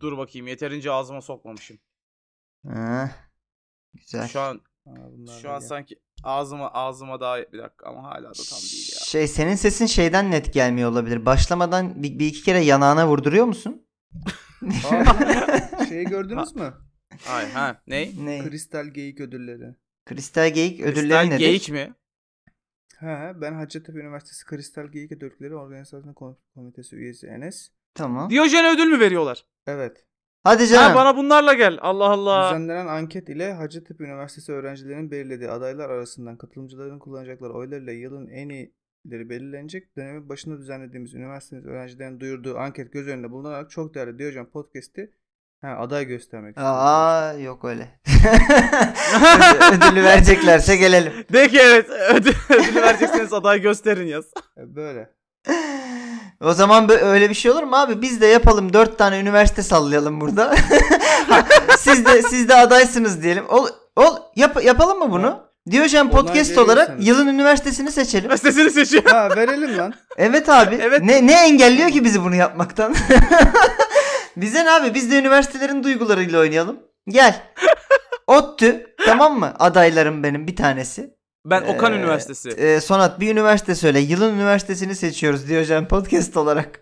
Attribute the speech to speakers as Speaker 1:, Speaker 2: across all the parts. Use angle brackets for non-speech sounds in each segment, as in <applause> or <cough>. Speaker 1: Dur bakayım yeterince ağzıma sokmamışım.
Speaker 2: Heh. Güzel.
Speaker 1: Şu an
Speaker 3: Aa, bunlar
Speaker 1: şu an
Speaker 3: böyle.
Speaker 1: sanki ağzıma ağzıma daha bir dakika ama hala da tam değil ya.
Speaker 2: Şey senin sesin şeyden net gelmiyor olabilir. Başlamadan bir, bir iki kere yanağına vurduruyor musun?
Speaker 3: Aa, <laughs> şeyi
Speaker 1: <laughs>
Speaker 3: gördünüz mü?
Speaker 1: Ay ha ne?
Speaker 2: <laughs> ne?
Speaker 3: Kristal Geyik ödülleri.
Speaker 2: Kristal geyik ödülleri
Speaker 1: Kristal
Speaker 2: nedir?
Speaker 1: Geyik mi?
Speaker 3: Ha, ben Hacettepe Üniversitesi Kristal Geyik Ödülleri Organizasyonu Kom- Komitesi üyesi Enes.
Speaker 2: Tamam.
Speaker 1: Diyojen'e ödül mü veriyorlar?
Speaker 3: Evet.
Speaker 2: Hadi
Speaker 1: Ha
Speaker 2: canım.
Speaker 1: bana bunlarla gel. Allah Allah.
Speaker 3: Düzenlenen anket ile Hacettepe Üniversitesi öğrencilerinin belirlediği adaylar arasından katılımcıların kullanacakları oylarıyla yılın en iyileri belirlenecek. Dönemin başında düzenlediğimiz üniversitemiz öğrencilerin duyurduğu anket göz önünde bulunarak çok değerli Diyojen Podcast'i ha, aday göstermek istiyoruz.
Speaker 2: Aa yok öyle. <laughs> Ödü- Ödülü vereceklerse gelelim.
Speaker 1: De ki evet ödü- <laughs> ödülü verecekseniz aday gösterin
Speaker 2: <laughs>
Speaker 1: yaz.
Speaker 3: E, Böyle.
Speaker 2: O zaman bö- öyle bir şey olur mu abi? Biz de yapalım. Dört tane üniversite sallayalım burada. <laughs> siz de siz de adaysınız diyelim. Ol, ol yap- yapalım mı bunu? Diyojen
Speaker 3: Onlar
Speaker 2: podcast
Speaker 3: geliyor
Speaker 2: olarak
Speaker 3: sana.
Speaker 2: yılın üniversitesini
Speaker 1: <laughs>
Speaker 2: seçelim.
Speaker 1: Sesini seçiyor.
Speaker 3: Ha verelim lan.
Speaker 2: Evet abi.
Speaker 1: Evet.
Speaker 2: Ne ne engelliyor ki bizi bunu yapmaktan? <laughs> Bize ne abi? Biz de üniversitelerin duygularıyla oynayalım. Gel. ODTÜ tamam mı? Adaylarım benim bir tanesi.
Speaker 1: Ben Okan
Speaker 2: Ee,
Speaker 1: Üniversitesi.
Speaker 2: Ee, Sonat bir üniversite söyle. Yılın üniversitesini seçiyoruz Diyojen podcast olarak.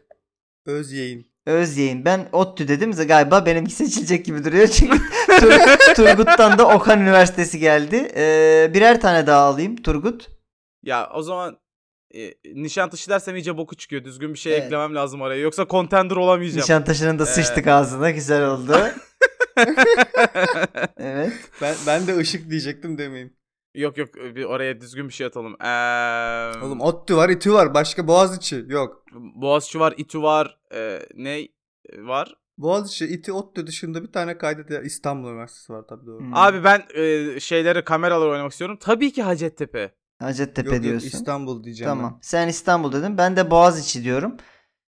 Speaker 3: Öz yayın.
Speaker 2: Özyeğin. Ben ODTÜ dedim de galiba benimki seçilecek gibi duruyor. Çünkü <laughs> Tur- Turgut'tan da Okan Üniversitesi geldi. Ee, birer tane daha alayım Turgut.
Speaker 1: Ya o zaman e, Nişantaşı dersem iyice boku çıkıyor. Düzgün bir şey
Speaker 2: Evet.
Speaker 1: eklemem lazım araya. Yoksa contender olamayacağım.
Speaker 2: Nişantaşı'nın da
Speaker 1: Ee,
Speaker 2: sıçtık ağzına.
Speaker 1: <laughs>
Speaker 2: Güzel oldu. evet.
Speaker 3: Ben, ben de ışık diyecektim demeyeyim.
Speaker 1: Yok yok bir oraya düzgün bir şey atalım. Ee,
Speaker 3: Oğlum ODTÜ var, İTÜ var. Başka Boğaziçi yok.
Speaker 1: Boğaziçi var, İTÜ var, e, ne var?
Speaker 3: Boğaziçi, İTÜ, ODTÜ dışında bir tane kaydet İstanbul Üniversitesi var tabii doğru.
Speaker 2: Hmm.
Speaker 1: Abi ben e, şeyleri kameralar oynamak istiyorum. Tabii ki Hacettepe.
Speaker 2: Hacettepe
Speaker 3: Yok yok
Speaker 2: diyorsun.
Speaker 3: İstanbul diyeceğim. ben.
Speaker 2: tamam. Sen İstanbul dedin. Ben de Boğaziçi diyorum.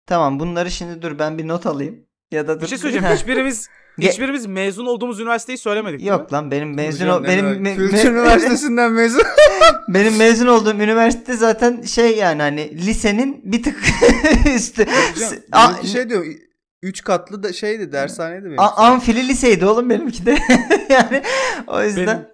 Speaker 2: Tamam bunları şimdi dur ben bir not alayım. Ya da dur.
Speaker 1: Bir şey söyleyeceğim. Hiçbirimiz
Speaker 2: Ge-
Speaker 1: hiçbirimiz mezun olduğumuz üniversiteyi söylemedik. değil
Speaker 2: <laughs>
Speaker 1: mi?
Speaker 2: Yok lan benim mezun
Speaker 3: Hocam
Speaker 2: ol-
Speaker 3: ne
Speaker 2: benim
Speaker 3: demek?
Speaker 2: me-
Speaker 3: Kültür
Speaker 2: me-
Speaker 3: <laughs>
Speaker 2: <laughs>
Speaker 3: Üniversitesi'nden mezun.
Speaker 2: benim mezun olduğum üniversite zaten şey yani hani lisenin bir tık <laughs> üstü.
Speaker 3: Hocam,
Speaker 2: S- a-
Speaker 3: benimki şey diyor. Üç katlı da şeydi dershaneydi benim.
Speaker 2: a- amfili liseydi oğlum benimki de. <laughs> yani o yüzden evet.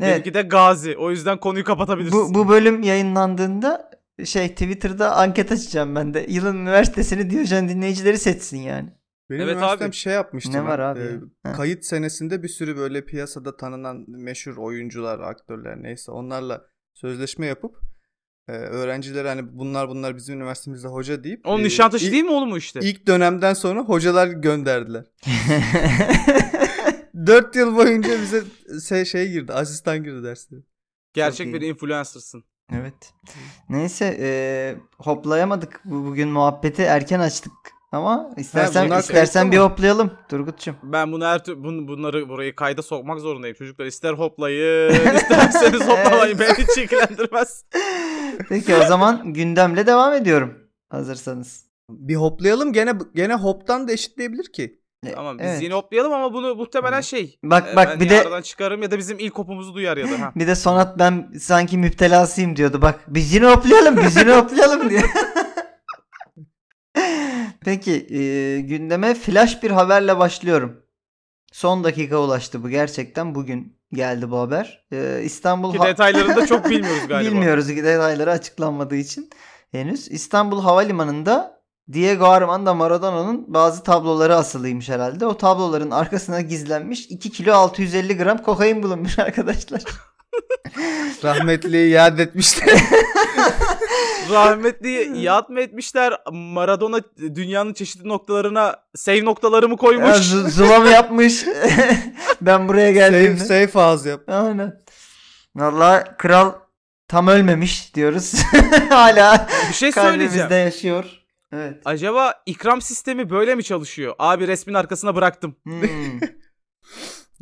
Speaker 1: Benimki de Gazi. O yüzden konuyu kapatabiliriz.
Speaker 2: Bu, bu bölüm yayınlandığında şey Twitter'da anket açacağım ben de. Yılın üniversitesini Diyojen dinleyicileri seçsin yani.
Speaker 3: benim
Speaker 1: Evet
Speaker 3: üniversitem
Speaker 1: abi.
Speaker 3: şey yapmıştı.
Speaker 2: Ne
Speaker 3: lan,
Speaker 2: var abi ya?
Speaker 3: e,
Speaker 2: Ha.
Speaker 3: kayıt senesinde bir sürü böyle piyasada tanınan meşhur oyuncular, aktörler neyse onlarla sözleşme yapıp e, öğrencilere hani bunlar bunlar bizim üniversitemizde hoca deyip
Speaker 2: Ee,
Speaker 1: Oğlum
Speaker 3: e,
Speaker 1: Nişantaşı
Speaker 3: ilk-
Speaker 1: değil mi oğlum o işte?
Speaker 3: İlk dönemden sonra hocalar gönderdiler. 4 yıl boyunca bize şey, şey girdi, asistan girdi derslere.
Speaker 1: Gerçek
Speaker 2: Çok
Speaker 1: bir
Speaker 2: iyi.
Speaker 1: influencersın.
Speaker 2: Evet. Neyse eee, hoplayamadık bu- bugün muhabbeti erken açtık ama istersen
Speaker 3: bunlar
Speaker 2: istersen
Speaker 3: kayıtlı
Speaker 2: bir
Speaker 3: mı?
Speaker 2: hoplayalım Turgut'cum.
Speaker 1: Ben bunu her tür- bun- bunları burayı kayda sokmak zorundayım. Çocuklar ister hoplayın, <laughs>
Speaker 2: <laughs>
Speaker 1: isterseniz hoplamayın. Beni hiç ilgilendirmez.
Speaker 2: Peki o zaman gündemle devam ediyorum hazırsanız.
Speaker 3: Bir hoplayalım gene gene hoptan da eşitleyebilir ki.
Speaker 2: E,
Speaker 1: Tamam biz
Speaker 2: evet.
Speaker 1: yine hoplayalım ama bunu muhtemelen
Speaker 2: Tamam.
Speaker 1: şey.
Speaker 2: Bak
Speaker 1: e,
Speaker 2: bak
Speaker 1: ben
Speaker 2: bir
Speaker 1: ya
Speaker 2: de
Speaker 1: aradan çıkarım ya da bizim ilk hopumuzu duyar ya da. Ha.
Speaker 2: bir de Sonat ben sanki müptelasıyım diyordu. Bak biz yine hoplayalım biz yine hoplayalım diye. <laughs> Peki eee, gündeme flash bir haberle başlıyorum. Son dakika ulaştı bu gerçekten bugün geldi bu haber. Eee, İstanbul
Speaker 1: Ki
Speaker 2: ha-
Speaker 1: detaylarını da
Speaker 2: <laughs>
Speaker 1: çok bilmiyoruz galiba.
Speaker 2: Bilmiyoruz detayları açıklanmadığı için henüz. İstanbul Havalimanı'nda Diego Armando Maradona'nın bazı tabloları asılıymış herhalde. O tabloların arkasına gizlenmiş 2 kilo 650 gram kokain bulunmuş <laughs> arkadaşlar. <laughs>
Speaker 3: Rahmetliyi yad etmişler.
Speaker 1: Rahmetli yad mı etmişler? Maradona dünyanın çeşitli noktalarına save noktaları mı koymuş?
Speaker 2: Ya, zu- Zulama yapmış. <laughs> ben buraya
Speaker 3: Safe,
Speaker 2: geldiğimde.
Speaker 3: safe ağız yap.
Speaker 2: Aynen. Valla kral tam ölmemiş diyoruz. <laughs> Hala
Speaker 1: bir şey söyleyeceğim.
Speaker 2: kalbimizde yaşıyor. Evet.
Speaker 1: Acaba ikram sistemi böyle mi çalışıyor? Abi resmin arkasına bıraktım.
Speaker 2: Hmm.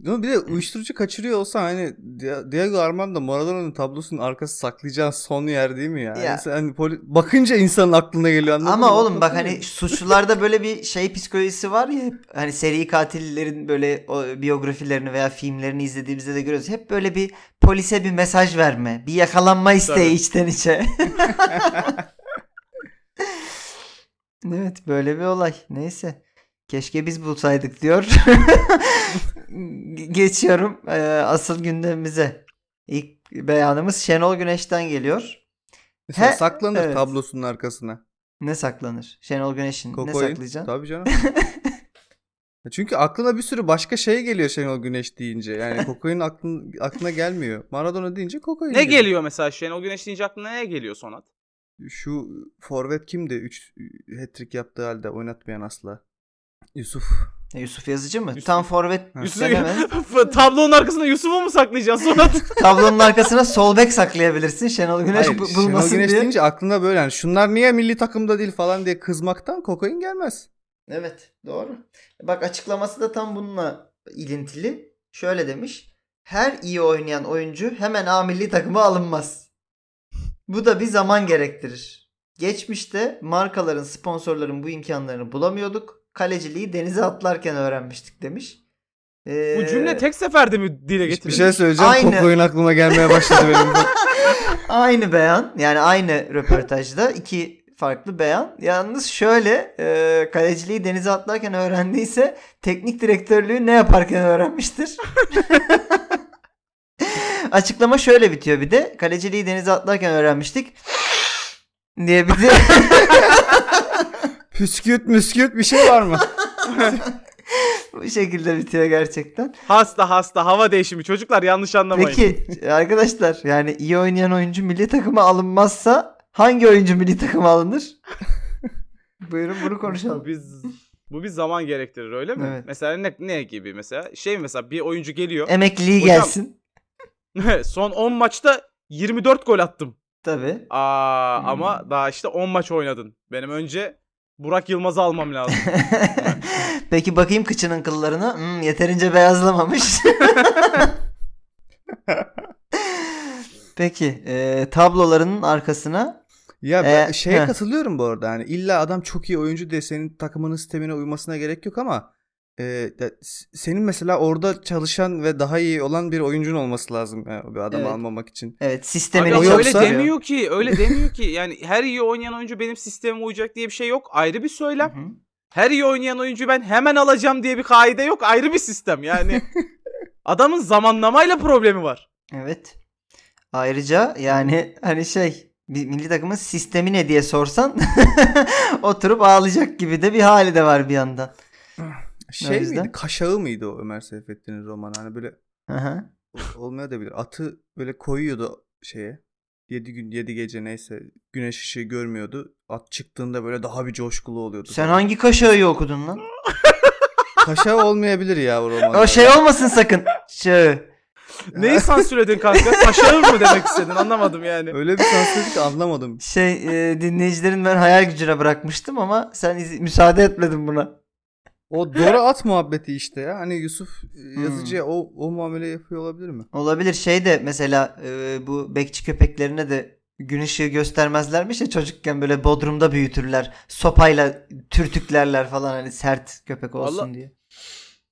Speaker 3: Ama bir de uyuşturucu kaçırıyor olsa hani Dia- Diego Armando Maradona'nın tablosunun arkası saklayacağın son yer değil mi ya?
Speaker 2: Ya.
Speaker 3: Yani sen hani poli- bakınca insanın aklına geliyor anladın mı?
Speaker 2: Ama oğlum bak
Speaker 3: Bakınca-
Speaker 2: hani suçlularda böyle bir şey psikolojisi var ya hep. hani seri katillerin böyle o biyografilerini veya filmlerini izlediğimizde de görüyoruz. Hep böyle bir polise bir mesaj verme, bir yakalanma isteği
Speaker 1: Tabii.
Speaker 2: içten içe. <laughs> evet böyle bir olay. Neyse. Keşke biz bulsaydık diyor. <laughs> Geçiyorum eee, asıl gündemimize. İlk beyanımız Şenol Güneş'ten geliyor.
Speaker 3: Mesela
Speaker 2: He,
Speaker 3: saklanır
Speaker 2: evet.
Speaker 3: tablosunun arkasına.
Speaker 2: Ne saklanır? Şenol Güneş'in ne
Speaker 3: Kokoyu.
Speaker 2: saklayacaksın? <laughs>
Speaker 3: Tabii canım. Ya Çünkü aklına bir sürü başka şey geliyor Şenol Güneş deyince.
Speaker 2: <laughs>
Speaker 3: Yani Kokoy'un aklın, aklına gelmiyor. Maradona deyince Kokoy'un
Speaker 1: Ne geliyor mesela Şenol Güneş deyince aklına ne geliyor Sonat?
Speaker 3: Şu forvet kimdi? 3 hat-trick yaptığı halde oynatmayan asla. Yusuf.
Speaker 2: Yusuf Yazıcı mı?
Speaker 1: Yusuf-
Speaker 2: Tam forvet
Speaker 1: Yusuf,
Speaker 2: denemez.
Speaker 1: <laughs> tablonun arkasında Yusuf'u mu saklayacaksın
Speaker 2: <laughs>
Speaker 1: Sonat?
Speaker 2: Tablonun arkasına sol bek saklayabilirsin. Şenol Güneş
Speaker 3: Hayır,
Speaker 2: bu-
Speaker 3: Şenol
Speaker 2: bulmasın
Speaker 3: Güneş
Speaker 2: diye.
Speaker 3: deyince aklına böyle yani şunlar niye milli takımda değil falan diye kızmaktan Kokoy'un gelmez.
Speaker 2: Evet doğru. Bak açıklaması da tam bununla ilintili. Şöyle demiş. Her iyi oynayan oyuncu hemen A milli takıma alınmaz. Bu da bir zaman gerektirir. Geçmişte markaların, sponsorların bu imkanlarını bulamıyorduk. Kaleciliği denize atlarken öğrenmiştik demiş. Ee,
Speaker 1: Bu cümle tek seferde mi dile
Speaker 3: Bir
Speaker 1: getirildi?
Speaker 3: şey söyleyeceğim.
Speaker 2: Aynı.
Speaker 3: Kokoy'un aklıma gelmeye başladı
Speaker 2: <laughs>
Speaker 3: benim.
Speaker 2: Aynı beyan yani aynı röportajda iki farklı beyan. Yalnız şöyle e, kaleciliği denize atlarken öğrendiyse teknik direktörlüğü ne yaparken öğrenmiştir. <laughs> Açıklama şöyle bitiyor bir de. Kaleciliği denize atlarken öğrenmiştik. diye bir de <laughs>
Speaker 3: Püskürt müskürt bir şey var mı?
Speaker 2: bu şekilde bitiyor gerçekten.
Speaker 1: <laughs> Hasta hasta hava değişimi çocuklar yanlış anlamayın.
Speaker 2: Peki arkadaşlar yani iyi oynayan oyuncu milli takıma alınmazsa hangi oyuncu milli takıma alınır? Buyurun bunu konuşalım.
Speaker 1: Bu biz bu bir zaman gerektirir öyle mi?
Speaker 2: Evet.
Speaker 1: Mesela ne, ne gibi mesela? Şey mi mesela bir oyuncu geliyor.
Speaker 2: Emekliliği
Speaker 1: Hocam-
Speaker 2: gelsin.
Speaker 1: <laughs>
Speaker 2: E-
Speaker 1: Son 10 maçta 24 gol attım.
Speaker 2: <laughs> Tabii.
Speaker 1: Aa
Speaker 2: Hmm.
Speaker 1: ama daha işte 10 maç oynadın. Benim önce Burak Yılmaz'ı almam
Speaker 2: <laughs>
Speaker 1: lazım.
Speaker 2: Peki bakayım kıçının kıllarına. Hmm, yeterince beyazlamamış. Peki e, tablolarının arkasına
Speaker 3: Ya ben
Speaker 2: Ee,
Speaker 3: şeye
Speaker 2: heh.
Speaker 3: katılıyorum bu arada. Hani illa adam çok iyi oyuncu diye senin takımının sistemine uymasına gerek yok ama e, ya s- senin mesela orada çalışan ve daha iyi olan bir oyuncun olması lazım yani bir adamı
Speaker 2: Evet.
Speaker 3: almak için.
Speaker 2: evet sistemini
Speaker 1: Abi
Speaker 3: o
Speaker 1: ama öyle
Speaker 3: yoksa-
Speaker 1: demiyor ki. Öyle demiyor ki. Yani her iyi oynayan oyuncu benim sistemime uyacak diye bir şey yok. Ayrı bir söylem.
Speaker 2: Hı hı.
Speaker 1: her iyi oynayan oyuncu ben hemen alacağım diye bir kaide yok. Ayrı bir sistem
Speaker 2: <laughs>
Speaker 1: yani. Adamın zamanlamayla problemi var.
Speaker 2: Evet. Ayrıca yani hani şey bir milli takımın sistemi ne diye sorsan <laughs> oturup ağlayacak gibi de bir hali de var bir yandan.
Speaker 3: Şey
Speaker 2: yüzden?
Speaker 3: miydi? Kaşağı mıydı o Ömer Seyfettin'in romanı? Hani böyle
Speaker 2: Aha.
Speaker 3: ol- olmaya da bilir. Atı böyle koyuyordu şeye. 7 gün 7 gece neyse güneş ışığı görmüyordu. At çıktığında böyle daha bir coşkulu oluyordu.
Speaker 2: Sen
Speaker 3: falan.
Speaker 2: hangi kaşağı okudun lan?
Speaker 3: Kaşağı olmayabilir ya o roman.
Speaker 2: O
Speaker 3: <laughs>
Speaker 2: şey olmasın sakın. Şağı.
Speaker 1: Neyi sansürledin kanka? Taşağır mı demek istedin? Anlamadım yani.
Speaker 3: Öyle bir sansürlük anlamadım.
Speaker 2: Şey e, dinleyicilerin ben hayal gücüne bırakmıştım ama sen iz- müsaade etmedin buna.
Speaker 3: O Dora at muhabbeti işte ya. Hani Yusuf e,
Speaker 2: Hmm.
Speaker 3: yazıcıya o, o muamele yapıyor olabilir
Speaker 2: <laughs>
Speaker 3: mi?
Speaker 2: Olabilir şey de mesela e, bu bekçi köpeklerine de gün ışığı göstermezlermiş ya çocukken böyle bodrumda büyütürler. Sopayla türtüklerler falan hani sert köpek olsun
Speaker 1: Vallahi-
Speaker 2: diye.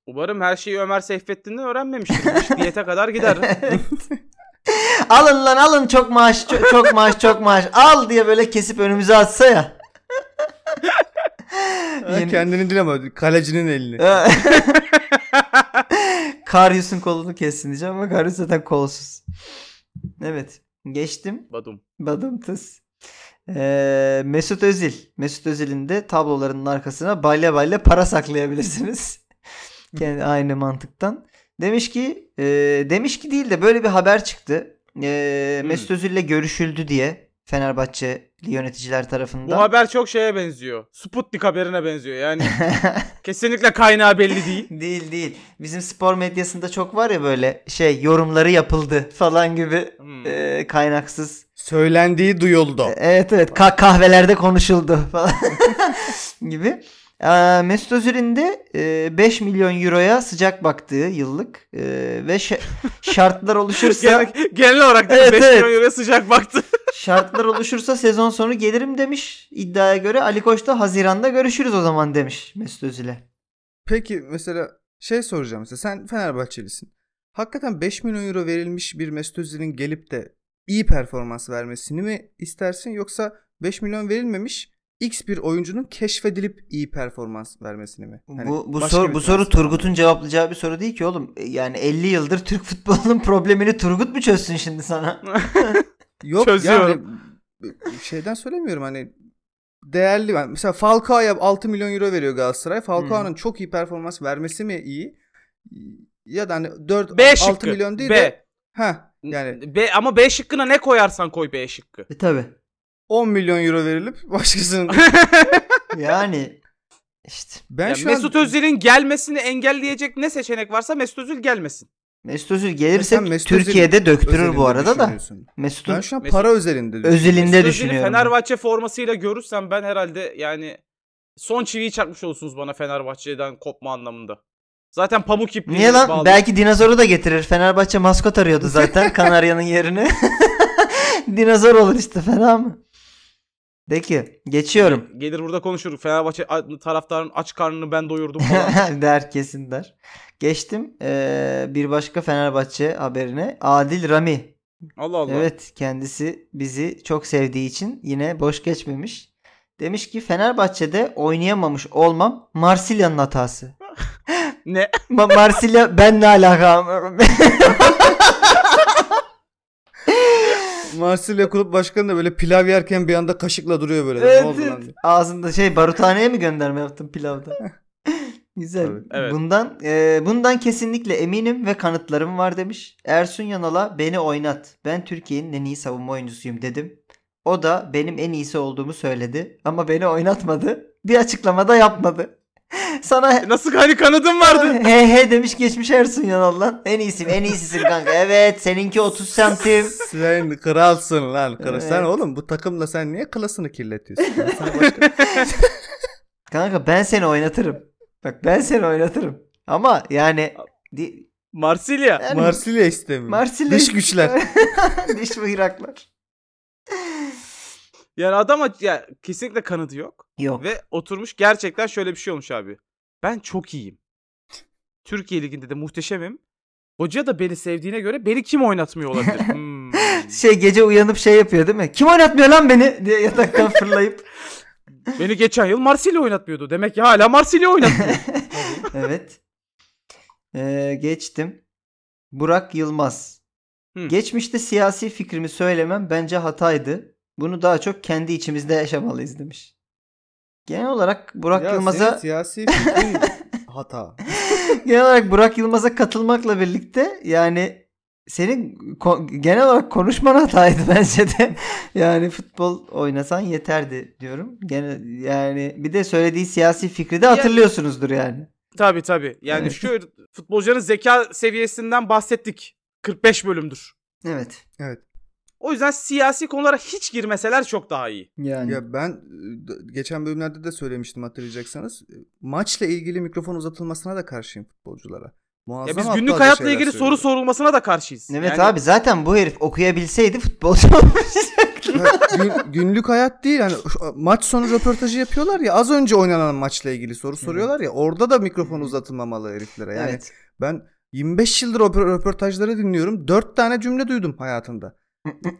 Speaker 1: Umarım her şeyi Ömer Seyfettin'den öğrenmemiştir. <laughs> İş diyete kadar gider.
Speaker 2: <laughs> alın lan alın çok maaş ço- çok maaş çok maaş al diye böyle kesip önümüze atsa ya.
Speaker 3: Ha,
Speaker 2: Yeni-
Speaker 3: Kendini değil ama kalecinin elini.
Speaker 2: <laughs> Karyus'un kolunu kessin diyeceğim ama Karyus zaten kolsuz. Evet. Geçtim.
Speaker 1: Badum.
Speaker 2: Badım tıs. Ee, Mesut Özil. Mesut Özil'in de tablolarının arkasına balya balya para saklayabilirsiniz. <laughs> Kendi aynı mantıktan. Demiş ki e, demiş ki değil de böyle bir haber çıktı. E,
Speaker 1: Hmm.
Speaker 2: Mesut Özil'le görüşüldü diye Fenerbahçeli yöneticiler tarafından.
Speaker 1: Bu haber çok şeye benziyor. Sputnik haberine benziyor. <laughs> Yani kesinlikle kaynağı belli değil.
Speaker 2: Değil değil. Bizim spor medyasında çok var ya böyle şey yorumları yapıldı falan gibi
Speaker 1: Hmm.
Speaker 2: e, kaynaksız.
Speaker 3: Söylendiği duyuldu.
Speaker 2: Evet evet ka- kahvelerde konuşuldu falan <laughs> gibi. Ee, Mesut Özil'in de e, 5 milyon euroya sıcak baktığı yıllık e, ve şa- şartlar oluşursa
Speaker 1: Genel, genel olarak da
Speaker 2: Evet,
Speaker 1: 5
Speaker 2: evet.
Speaker 1: milyon euroya sıcak baktı.
Speaker 2: şartlar oluşursa sezon sonu gelirim demiş. İddiaya göre Ali Koç da Haziran'da görüşürüz o zaman demiş Mesut Özil'e.
Speaker 3: Peki mesela şey soracağım size. Sen Fenerbahçelisin. Hakikaten 5 milyon euro verilmiş bir Mesut Özil'in gelip de iyi performans vermesini mi istersin yoksa 5 milyon verilmemiş X bir oyuncunun keşfedilip iyi performans vermesini mi? Hani
Speaker 2: bu bu
Speaker 3: başka
Speaker 2: soru
Speaker 3: bir
Speaker 2: bu soru
Speaker 3: trans-
Speaker 2: Turgut'un cevaplayacağı bir soru değil ki oğlum. E, Yani 50 yıldır Türk futbolunun problemini Turgut mu çözsün şimdi sana?
Speaker 3: Yok
Speaker 1: Çözüyorum.
Speaker 3: yani şeyden söylemiyorum hani değerli ben mesela Falcao'ya 6 milyon euro veriyor Galatasaray. Falcao'nun çok iyi performans vermesi mi iyi? Ya da hani
Speaker 1: <laughs>
Speaker 3: 4
Speaker 1: B
Speaker 3: 6
Speaker 1: şıkkı.
Speaker 3: milyon değil
Speaker 1: B.
Speaker 3: de ha yani
Speaker 1: B ama B şıkkına ne koyarsan koy B şıkkı.
Speaker 2: e tabi.
Speaker 3: 10 milyon euro verilip <laughs>
Speaker 1: Ah,
Speaker 3: başkasının
Speaker 2: Yani işte
Speaker 3: ben
Speaker 1: Ya
Speaker 3: şu an-
Speaker 1: Mesut Özil'in gelmesini engelleyecek ne seçenek varsa Mesut Özil gelmesin.
Speaker 2: Mesut Özil gelirse
Speaker 3: Sen Mesut Özil
Speaker 2: Türkiye'de döktürür
Speaker 3: özelinde
Speaker 2: bu arada da.
Speaker 3: düşünüyorsun.
Speaker 2: Mesut'un
Speaker 3: Ben şu an
Speaker 1: Mesut-
Speaker 3: para özelinde diyorum.
Speaker 2: Özil'inde
Speaker 1: Mesut Özil'i
Speaker 2: düşünüyorum.
Speaker 1: Fenerbahçe formasıyla görürsem ben herhalde yani son çiviyi çakmış olursunuz bana Fenerbahçe'den kopma anlamında. Zaten pamuk ipliği
Speaker 2: Niye lan?
Speaker 1: bağlı.
Speaker 2: Belki dinozoru da getirir. Fenerbahçe maskot arıyordu
Speaker 3: <laughs>
Speaker 2: zaten Kanarya'nın yerine. <laughs> Dinozor olur işte fena mı? De ki geçiyorum.
Speaker 1: Gelir burada konuşuruz. Fenerbahçe a- taraftarın aç karnını ben doyurdum
Speaker 2: <laughs>
Speaker 1: falan.
Speaker 2: der kesin der. Geçtim eee, bir başka Fenerbahçe haberine. Adil Rami.
Speaker 1: Allah Allah.
Speaker 2: Evet kendisi bizi çok sevdiği için yine boş geçmemiş. Demiş ki Fenerbahçe'de oynayamamış olmam Marsilya'nın hatası.
Speaker 1: Ne?
Speaker 2: Ma- Marsilya ben ne alakam?
Speaker 3: Marsilya kulüp başkanı da böyle pilav yerken bir anda kaşıkla duruyor böyle.
Speaker 2: Evet,
Speaker 3: Ne oldu
Speaker 2: evet.
Speaker 3: lan? diye.
Speaker 2: Ağzında şey baruthaneye mi gönderme yaptın pilavda? <laughs> Güzel.
Speaker 3: Tabii.
Speaker 1: Evet.
Speaker 2: Bundan e, bundan kesinlikle eminim ve kanıtlarım var demiş. Ersun Yanal'a beni oynat. Ben Türkiye'nin en iyi savunma oyuncusuyum dedim. O da benim en iyisi olduğumu söyledi ama beni oynatmadı. Bir açıklama da yapmadı. <laughs> Sana
Speaker 1: Nasıl hani kanadın vardı?
Speaker 2: he he demiş geçmiş Ersun Yanal lan. En iyisim en iyisisin kanka. Evet seninki 30 santim.
Speaker 3: Sen kralsın lan. Kral. Sen
Speaker 2: Evet.
Speaker 3: oğlum bu takımla sen niye klasını kirletiyorsun?
Speaker 1: <laughs>
Speaker 3: Ben sana başka-
Speaker 2: <laughs> Kanka ben seni oynatırım. Bak ben seni oynatırım. Ama yani di-
Speaker 1: Marsilya.
Speaker 2: yani
Speaker 3: Marsilya istemiyor.
Speaker 2: Marsilya-
Speaker 3: Dış güçler.
Speaker 2: <laughs> Diş mıhıraklar.
Speaker 1: Yani adam aç- ya, kesinlikle kanadı yok.
Speaker 2: Yok.
Speaker 1: Ve oturmuş gerçekten şöyle bir şey olmuş abi. Ben çok iyiyim. Türkiye Ligi'nde de muhteşemim. Hoca da beni sevdiğine göre beni kim oynatmıyor olabilir?
Speaker 2: <laughs>
Speaker 1: Hmm.
Speaker 2: Şey gece uyanıp şey yapıyor değil mi? Kim oynatmıyor lan beni <laughs> diye yataktan
Speaker 3: <laughs>
Speaker 2: fırlayıp.
Speaker 1: Beni geçen yıl Marsilya oynatmıyordu. Demek ki hala Marsilya
Speaker 3: <laughs>
Speaker 1: oynatmıyor.
Speaker 2: evet. Ee, geçtim. Burak Yılmaz.
Speaker 1: Hı.
Speaker 2: Geçmişte siyasi fikrimi söylemem bence hataydı. Bunu daha çok kendi içimizde yaşamalıyız demiş. Genel olarak Burak
Speaker 3: Ya senin
Speaker 2: Yılmaz'a <laughs>
Speaker 3: siyasi fikrin hata.
Speaker 2: genel olarak Burak Yılmaz'a katılmakla birlikte yani senin ko- genel olarak konuşman hataydı <laughs> bence de. yani futbol oynasan yeterdi diyorum. Gene yani bir de söylediği siyasi fikri de hatırlıyorsunuzdur yani.
Speaker 1: tabii tabii. Yani
Speaker 2: Evet.
Speaker 1: şu futbolcuların zeka seviyesinden bahsettik. 45 bölümdür.
Speaker 2: Evet.
Speaker 1: O yüzden siyasi konulara hiç girmeseler çok daha iyi.
Speaker 2: Yani.
Speaker 3: Ya ben e, d- geçen bölümlerde de söylemiştim hatırlayacaksanız. E, Maçla ilgili mikrofon uzatılmasına da karşıyım futbolculara. Muazzam
Speaker 1: Ya biz
Speaker 3: aptalca
Speaker 1: günlük hayatla
Speaker 3: şeyler
Speaker 1: ilgili soru
Speaker 3: söylüyorlar.
Speaker 1: sorulmasına da karşıyız.
Speaker 2: Evet
Speaker 1: Yani-
Speaker 2: abi zaten bu herif okuyabilseydi <laughs> futbolcu olmayacaktı.
Speaker 3: Ya gün- günlük hayat değil hani şu- maç sonu röportajı yapıyorlar ya az önce oynanan maçla ilgili soru soruyorlar ya orada da mikrofon uzatılmamalı heriflere. Yani
Speaker 2: evet.
Speaker 3: ben 25 yıldır o röportajları dinliyorum. 4 tane cümle duydum
Speaker 2: <laughs>
Speaker 3: hayatımda.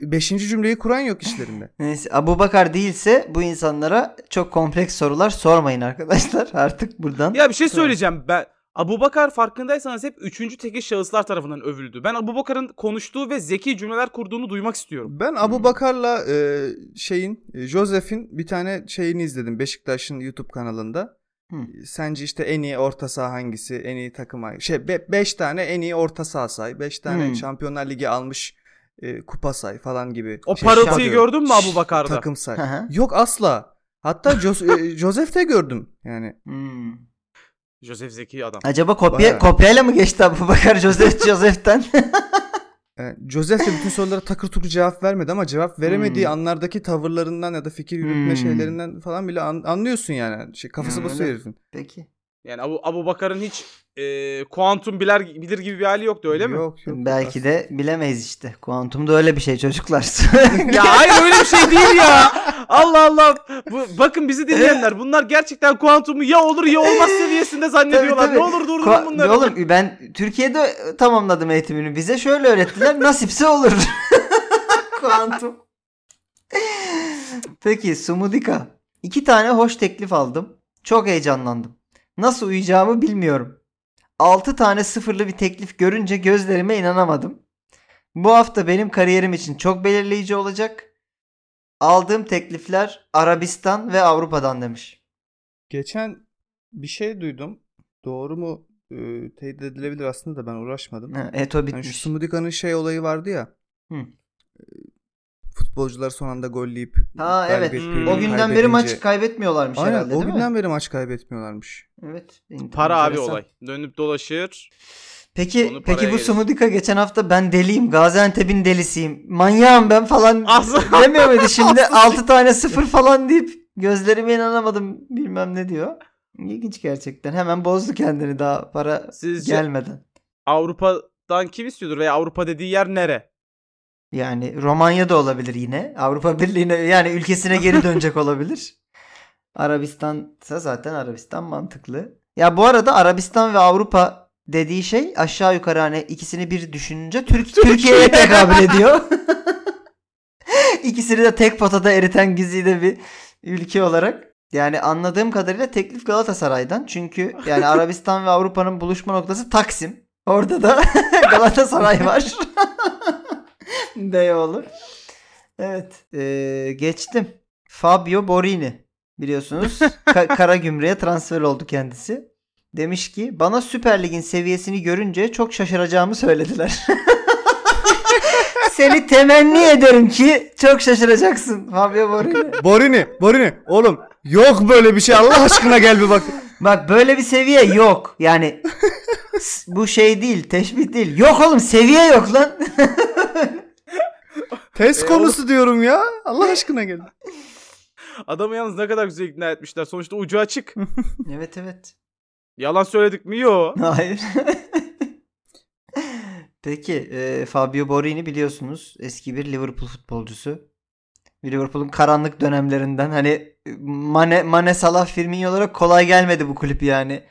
Speaker 3: 5. cümleyi kuran yok işlerinde.
Speaker 2: Neyse Abubakar değilse bu insanlara çok kompleks sorular sormayın arkadaşlar. <laughs> Artık buradan.
Speaker 1: Ya bir şey söyleyeceğim. Ben Abubakar farkındaysanız hep üçüncü tekil şahıslar tarafından övüldü. Ben Abubakar'ın konuştuğu ve zeki cümleler kurduğunu duymak istiyorum.
Speaker 3: Ben Abu Bakar'la e, şeyin e, Joseph'in bir tane şeyini izledim Beşiktaş'ın YouTube kanalında. E,
Speaker 2: Hı.
Speaker 3: Sence işte en iyi orta saha hangisi? En iyi takım hangisi? Şey 5 tane en iyi orta saha say. 5 tane
Speaker 1: Hmm.
Speaker 2: Hı.
Speaker 3: Şampiyonlar Ligi almış e, kupa say falan gibi.
Speaker 1: O
Speaker 3: Şey,
Speaker 1: parıltıyı
Speaker 3: şampiyon-
Speaker 1: gördün mü
Speaker 3: Şşş,
Speaker 1: Abubakar'da?
Speaker 3: Takım say.
Speaker 2: Hı hı.
Speaker 3: Yok asla. Hatta Jos- e, Joseph de gördüm. Yani
Speaker 2: Hmm.
Speaker 1: Joseph zeki adam.
Speaker 2: Acaba kopya
Speaker 3: Bayağı.
Speaker 2: kopyayla mı geçti Abubakar Joseph Joseph'ten?
Speaker 3: E, Joseph de bütün sorulara takır tukur cevap vermedi ama cevap veremediği
Speaker 2: Hmm.
Speaker 3: anlardaki tavırlarından ya da fikir yürütme
Speaker 2: Hmm.
Speaker 3: şeylerinden falan bile an- anlıyorsun yani. Şey, kafası
Speaker 2: Hmm,
Speaker 3: basıyor
Speaker 2: öyle.
Speaker 3: herifin.
Speaker 2: Peki.
Speaker 1: Yani Abu, Abubakar'ın hiç e, kuantum biler, bilir gibi bir hali yoktu öyle mi?
Speaker 3: Yok yok.
Speaker 2: Belki de bilemeyiz işte. Kuantumda öyle bir şey çocuklar.
Speaker 1: Ya hayır öyle bir şey değil ya. Allah Allah. Bu, bakın bizi dinleyenler bunlar gerçekten kuantumu ya olur ya olmaz seviyesinde zannediyorlar.
Speaker 2: tabii.
Speaker 1: Ne olur durdurun
Speaker 2: Ko-
Speaker 1: bunları.
Speaker 2: Oğlum ben Türkiye'de tamamladım eğitimini. Bize şöyle öğrettiler. Nasipse olur. <laughs> Kuantum. Peki Sumudika. İki tane hoş teklif aldım. Çok heyecanlandım. Nasıl uyuyacağımı bilmiyorum. 6 tane sıfırlı bir teklif görünce gözlerime inanamadım. Bu hafta benim kariyerim için çok belirleyici olacak. Aldığım teklifler Arabistan ve Avrupa'dan demiş.
Speaker 3: Geçen bir şey duydum. Doğru mu Ee, teyit edilebilir aslında da ben uğraşmadım.
Speaker 2: Ha, Eto
Speaker 3: Yani şu
Speaker 2: bitmiş.
Speaker 3: Sumudika'nın şey olayı vardı ya.
Speaker 2: Hı.
Speaker 3: Ee, Futbolcular son anda golleyip
Speaker 2: Ha evet.
Speaker 3: galibiyet
Speaker 1: Hmm.
Speaker 3: primini
Speaker 2: O günden beri
Speaker 3: kaybedince-
Speaker 2: maç kaybetmiyorlarmış
Speaker 3: Aynen,
Speaker 2: herhalde
Speaker 3: o
Speaker 2: değil
Speaker 3: günden
Speaker 2: mi?
Speaker 3: beri maç kaybetmiyorlarmış.
Speaker 2: Evet.
Speaker 1: Para abi
Speaker 2: enteresan.
Speaker 1: olay. Dönüp dolaşır.
Speaker 2: Peki
Speaker 1: Onu paraya
Speaker 2: peki bu
Speaker 1: gelir.
Speaker 2: Sumudika geçen hafta ben deliyim, Gaziantep'in delisiyim, manyağım ben
Speaker 1: <laughs>
Speaker 2: falan
Speaker 1: Aslında <laughs>
Speaker 2: demiyor muydu şimdi 6 tane sıfır falan deyip gözlerime inanamadım bilmem ne diyor. İlginç gerçekten. Hemen bozdu kendini daha para
Speaker 1: sizce
Speaker 2: gelmeden.
Speaker 1: Avrupa'dan kim istiyordur veya Avrupa dediği yer nere?
Speaker 2: Yani Romanya da olabilir yine. Avrupa Birliği'ne yani ülkesine geri dönecek olabilir. Arabistan'sa zaten Arabistan mantıklı. Ya bu arada Arabistan ve Avrupa dediği şey aşağı yukarı hani ikisini bir düşününce Türk
Speaker 1: Türkiye.
Speaker 2: Türkiye'ye tekabül ediyor. İkisini de tek potada eriten güzide bir ülke olarak. Yani anladığım kadarıyla teklif Galatasaray'dan. Çünkü yani Arabistan ve Avrupa'nın buluşma noktası Taksim. Orada da <laughs> Galatasaray var. <laughs> Beyoğlu. Evet. Ee, geçtim. Fabio Borini. <laughs> Biliyorsunuz Ka- Karagümrük'e transfer oldu kendisi. Demiş ki bana Süper Lig'in seviyesini görünce çok şaşıracağımı söylediler. <laughs> Seni temenni ederim ki çok şaşıracaksın Fabio <laughs> Borini.
Speaker 4: Borini, Borini. Oğlum yok böyle bir şey Allah aşkına gel bir bak.
Speaker 2: Bak böyle bir seviye yok. Yani s- bu şey değil, teşbih değil. Yok oğlum seviye yok lan.
Speaker 4: Test
Speaker 1: E,
Speaker 4: konusu diyorum ya. Allah aşkına gel.
Speaker 1: Adamı yalnız ne kadar güzel ikna etmişler. Sonuçta ucu açık.
Speaker 2: evet evet.
Speaker 1: Yalan söyledik mi?
Speaker 2: <laughs>
Speaker 1: Yo.
Speaker 2: Hayır. Peki e, Fabio Borini biliyorsunuz eski bir Liverpool futbolcusu. Bir Liverpool'un karanlık dönemlerinden hani Mane, Mane Salah Firmino olarak kolay gelmedi bu kulüp yani.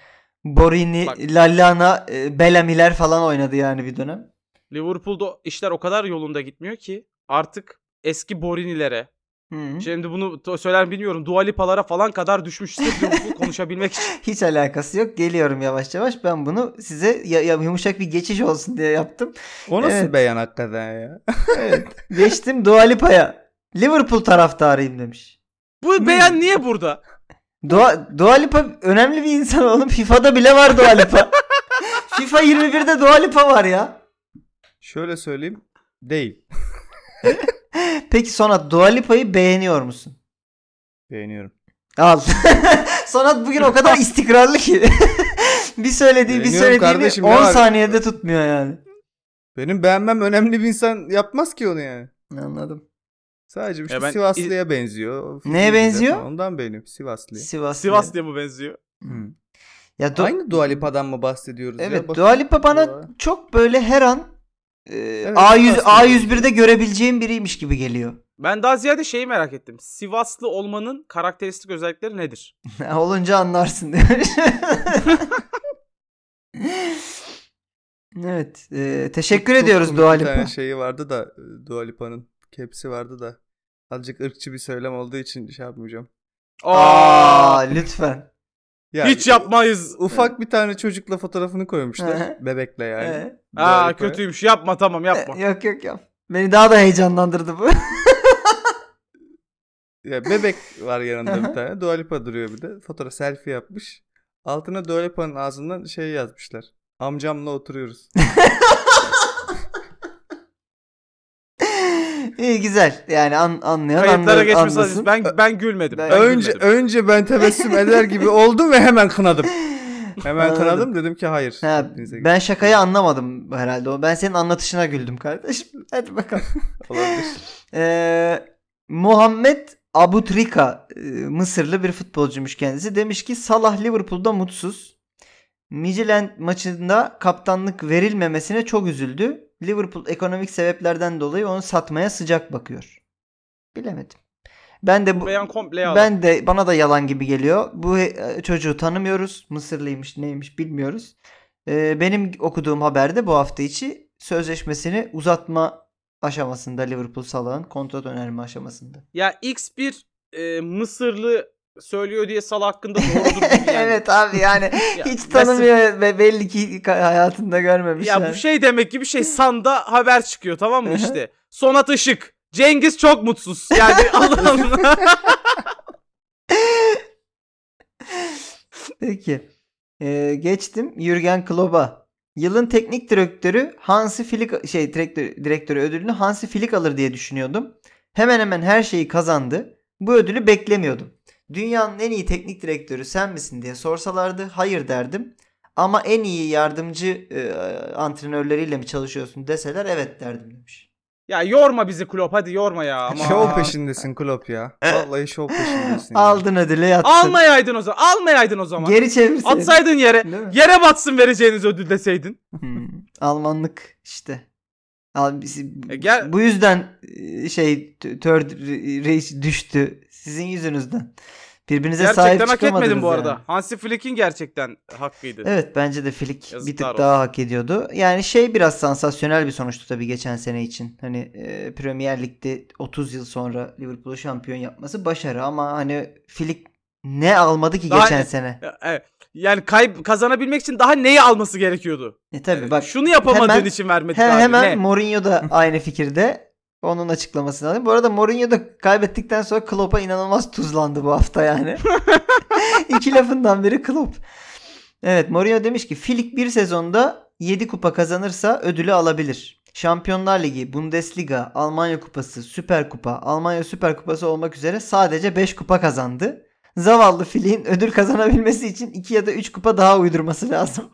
Speaker 2: Borini,
Speaker 1: Bak.
Speaker 2: Lallana, e, Bellamiler falan oynadı yani bir dönem.
Speaker 1: Liverpool'da işler o kadar yolunda gitmiyor ki artık eski Borinilere
Speaker 2: Hı.
Speaker 1: Şimdi bunu to- söyler mi bilmiyorum. Dua Lipa'lara falan kadar düşmüş sırf
Speaker 2: <laughs>
Speaker 1: Liverpool konuşabilmek için.
Speaker 2: Hiç alakası yok. Geliyorum yavaş yavaş. Ben bunu size ya- ya- yumuşak bir geçiş olsun diye yaptım.
Speaker 3: O nasıl
Speaker 2: Evet.
Speaker 3: beyan hakikaten ya?
Speaker 2: Evet. <laughs> Geçtim Dua Lipa'ya. Liverpool taraftarıyım demiş.
Speaker 1: Bu beyan niye burada?
Speaker 2: Dua, Dua Lipa önemli bir insan oğlum. FIFA'da bile var Dua Lipa. <laughs> FIFA 21'de Dua Lipa var ya.
Speaker 3: Şöyle söyleyeyim. Değil.
Speaker 2: Peki sonra Dua Lipa'yı beğeniyor musun?
Speaker 3: Beğeniyorum.
Speaker 2: Al. <laughs> Sonat bugün o kadar istikrarlı ki. <laughs> bir söylediği bir
Speaker 3: Beğeniyorum
Speaker 2: söylediğini
Speaker 3: kardeşim
Speaker 2: 10
Speaker 3: ya.
Speaker 2: saniyede tutmuyor yani.
Speaker 3: Benim beğenmem önemli bir insan yapmaz ki onu yani.
Speaker 2: Anladım.
Speaker 3: Sadece işte
Speaker 1: Ya ben-
Speaker 3: Sivaslı'ya benziyor.
Speaker 2: Neye benziyor?
Speaker 3: Zaten Ondan beğeniyorum. Sivaslı'ya.
Speaker 2: Sivas. Hmm.
Speaker 1: Sivas diye mi benziyor?
Speaker 2: Ya Du-
Speaker 3: Aynı Dua Lipa'dan mı bahsediyoruz ya?
Speaker 2: Evet
Speaker 3: Bakın-
Speaker 2: Dua Lipa bana
Speaker 3: Dua-
Speaker 2: çok böyle her an e, A100 A101'de görebileceğim biriymiş gibi geliyor.
Speaker 1: Ben daha ziyade şeyi merak ettim. Sivaslı olmanın karakteristik özellikleri nedir?
Speaker 2: <laughs> Olunca anlarsın demiş. <laughs> evet, e, teşekkür
Speaker 3: Çok
Speaker 2: ediyoruz
Speaker 3: komik
Speaker 2: Dua
Speaker 3: Bir
Speaker 2: Lipa.
Speaker 3: tane şeyi vardı da e, Dua Lipa'nın kepsi vardı da azıcık ırkçı bir söylem olduğu için şey yapmayacağım.
Speaker 2: Aa, lütfen.
Speaker 3: Ya,
Speaker 1: hiç yapmayız.
Speaker 3: Ufak bir tane çocukla fotoğrafını koymuşlar.
Speaker 2: Hı.
Speaker 3: bebekle yani.
Speaker 2: Ee,
Speaker 3: Dua
Speaker 1: Aa
Speaker 3: Lipa'ya.
Speaker 1: kötüymüş. Yapma tamam yapma.
Speaker 2: e, yok yok yap. Beni daha da heyecanlandırdı bu. <laughs>
Speaker 3: Ya bebek var yanında
Speaker 2: Aha.
Speaker 3: bir tane. Dua Lipa duruyor bir de. Fotoğraf selfie yapmış. Altına Dua Lipa'nın ağzından şey yazmışlar. Amcamla oturuyoruz.
Speaker 2: İyi güzel. Yani an, anlayan
Speaker 1: Kayıtlara
Speaker 2: anlar,
Speaker 1: geçmiş
Speaker 2: anlasın. <laughs>
Speaker 1: Ben ben gülmedim.
Speaker 2: Ben-
Speaker 1: Ben,
Speaker 3: önce
Speaker 1: gülmedim.
Speaker 3: önce ben tebessüm eder gibi oldum ve hemen kınadım. Hemen
Speaker 2: Anladım.
Speaker 3: kınadım dedim ki hayır.
Speaker 2: Ha,
Speaker 3: Hepinize
Speaker 2: ben şakayı anlamadım herhalde. o. Ben senin anlatışına güldüm kardeşim. Hadi bakalım.
Speaker 3: olabilir.
Speaker 2: Ee, Muhammed Abutrika e, Mısırlı bir futbolcuymuş kendisi. Demiş ki Salah Liverpool'da mutsuz. Midland maçında kaptanlık verilmemesine çok üzüldü. Liverpool ekonomik sebeplerden dolayı onu satmaya sıcak bakıyor. Bilemedim. Ben de bu,
Speaker 1: Bu beyan komple yalan.
Speaker 2: ben de bana da yalan gibi geliyor. Bu e, çocuğu tanımıyoruz. Mısırlıymış neymiş bilmiyoruz. Ee, benim okuduğum haberde bu hafta içi sözleşmesini uzatma aşamasında Liverpool Salah'ın kontrat önerme aşamasında.
Speaker 1: Ya X bir e, Mısırlı söylüyor diye Salah hakkında doğrudur değil
Speaker 2: <laughs>
Speaker 1: yani.
Speaker 2: evet abi yani
Speaker 1: Ya
Speaker 2: hiç
Speaker 1: mesela-
Speaker 2: tanımıyor ve belli ki ka- hayatında görmemiş.
Speaker 1: Ya bu
Speaker 2: yani.
Speaker 1: şey demek ki bir şey sanda haber çıkıyor tamam mı işte. Sonat Işık. Cengiz çok mutsuz.
Speaker 2: <laughs>
Speaker 1: Yani Allah'ım.
Speaker 2: Peki. Ee, geçtim Jürgen Klopp'a. Yılın teknik direktörü Hansi Flick şey direktör, direktörü ödülünü Hansi Flick alır diye düşünüyordum. Hemen hemen her şeyi kazandı. Bu ödülü beklemiyordum. Dünyanın en iyi teknik direktörü sen misin diye sorsalardı hayır derdim. Ama en iyi yardımcı e, antrenörleriyle mi çalışıyorsun deseler evet derdim demiş.
Speaker 1: ya yorma bizi Klopp hadi yorma
Speaker 2: <laughs>
Speaker 1: ya. Ama.
Speaker 3: Şov peşindesin Klopp ya. Vallahi şov peşindesin. ya.
Speaker 2: Aldın ödülü yatsın.
Speaker 1: Almayaydın o zaman. Almayaydın o zaman.
Speaker 2: Geri çevirsin.
Speaker 1: Atsaydın yere.
Speaker 2: Değil mi?
Speaker 1: Yere batsın vereceğiniz ödül deseydin.
Speaker 2: Hmm, Almanlık işte. Al, bizi-
Speaker 1: E gel-
Speaker 2: Bu yüzden e, şey t- third re- reis düştü. Sizin yüzünüzden. Birbirinize
Speaker 1: Gerçekten
Speaker 2: sahip
Speaker 1: hak etmedin
Speaker 2: çıkamadınız
Speaker 1: bu arada.
Speaker 2: yani.
Speaker 1: Hansi Flick'in gerçekten hakkıydı.
Speaker 2: Evet bence de Flick bir tık
Speaker 1: Yazıklar olsun.
Speaker 2: daha hak ediyordu. Yani şey biraz sansasyonel bir sonuçtu tabii geçen sene için. Hani e, Premier Lig'de 30 yıl sonra Liverpool'u şampiyon yapması başarı ama hani Flick ne almadı ki
Speaker 1: Daha-
Speaker 2: geçen sene?
Speaker 1: Ya, evet. Yani kayb kazanabilmek için daha neyi alması gerekiyordu?
Speaker 2: E tabii bak
Speaker 1: Şunu yapamadığın
Speaker 2: hemen-
Speaker 1: için vermedi
Speaker 2: He-
Speaker 1: abi.
Speaker 2: hemen
Speaker 1: Ne? <laughs>
Speaker 2: Mourinho da aynı fikirde. Onun açıklamasını alayım. Bu arada Mourinho da kaybettikten sonra Klopp'a inanılmaz tuzlandı bu
Speaker 1: <laughs>
Speaker 2: hafta yani. İki lafından biri Klopp. Evet Mourinho demiş ki Filik bir sezonda 7 kupa kazanırsa ödülü alabilir. Şampiyonlar Ligi, Bundesliga, Almanya Kupası, Süper Kupa, Almanya Süper Kupası olmak üzere sadece 5 kupa kazandı. Zavallı Filik'in ödül kazanabilmesi için 2 ya da 3 kupa daha
Speaker 1: <laughs>
Speaker 2: uydurması lazım.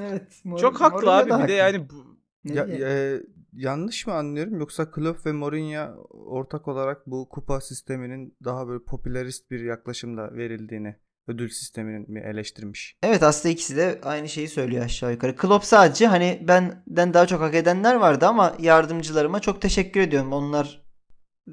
Speaker 2: evet. Mourinho-
Speaker 1: Çok haklı
Speaker 2: Mourinho
Speaker 1: abi.
Speaker 2: da
Speaker 1: Bir de
Speaker 2: haklı.
Speaker 1: yani bu-
Speaker 2: Ne <laughs>
Speaker 3: Ya-
Speaker 2: diye-
Speaker 3: ya- yanlış mı anlıyorum yoksa Klopp ve Mourinho ortak olarak bu kupa sisteminin daha böyle popülerist bir yaklaşımla verildiğini ödül sisteminin mi eleştirmiş?
Speaker 2: Evet aslında ikisi de aynı şeyi söylüyor aşağı yukarı. Klopp sadece hani benden daha çok hak edenler vardı ama yardımcılarıma çok teşekkür ediyorum. Onlar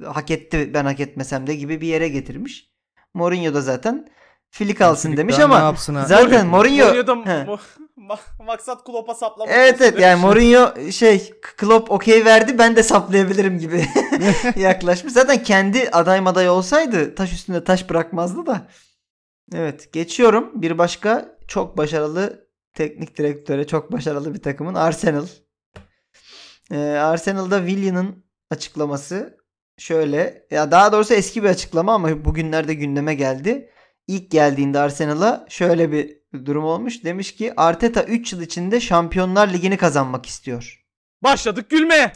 Speaker 2: hak etti ben hak etmesem de gibi bir yere getirmiş. Mourinho da zaten filik alsın demiş
Speaker 3: Daha ne
Speaker 2: ama
Speaker 3: yapsın ha? <laughs>
Speaker 2: zaten Mourinho,
Speaker 1: Mourinho'da
Speaker 2: He.
Speaker 1: mo- <laughs> ma- maksat Klopp'a saplamak.
Speaker 2: Evet evet
Speaker 1: olsun.
Speaker 2: yani Mourinho şey Klopp okey verdi ben de saplayabilirim gibi
Speaker 3: <laughs>
Speaker 2: yaklaşmış. Zaten kendi aday maday olsaydı taş üstünde taş bırakmazdı da. Evet geçiyorum bir başka çok başarılı teknik direktöre çok başarılı bir takımın Arsenal. Ee, Arsenal'da Willian'ın açıklaması şöyle ya daha doğrusu eski bir açıklama ama bugünlerde gündeme geldi ilk geldiğinde Arsenal'a şöyle bir durum olmuş. Demiş ki Arteta 3 yıl içinde Şampiyonlar Ligi'ni kazanmak istiyor.
Speaker 1: <laughs>
Speaker 2: <laughs>
Speaker 1: Başladık gülmeye.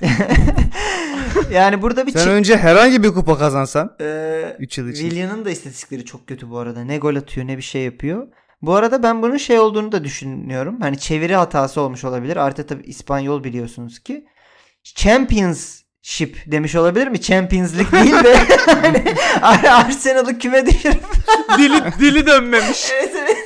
Speaker 2: yani burada bir
Speaker 4: Sen
Speaker 2: çi-
Speaker 4: önce herhangi bir kupa kazansan
Speaker 2: Ee,
Speaker 4: 3 yıl için.
Speaker 2: Willian'ın da istatistikleri çok kötü bu arada. Ne gol atıyor ne bir şey yapıyor. Bu arada ben bunun şey olduğunu da düşünüyorum. Hani çeviri hatası olmuş olabilir. Arteta İspanyol biliyorsunuz ki. Championship demiş olabilir mi? Champions League değil de <laughs> hani Arsenal'ı küme düşürüp
Speaker 1: dili dili
Speaker 2: <laughs>
Speaker 1: dönmemiş.
Speaker 2: Evet evet.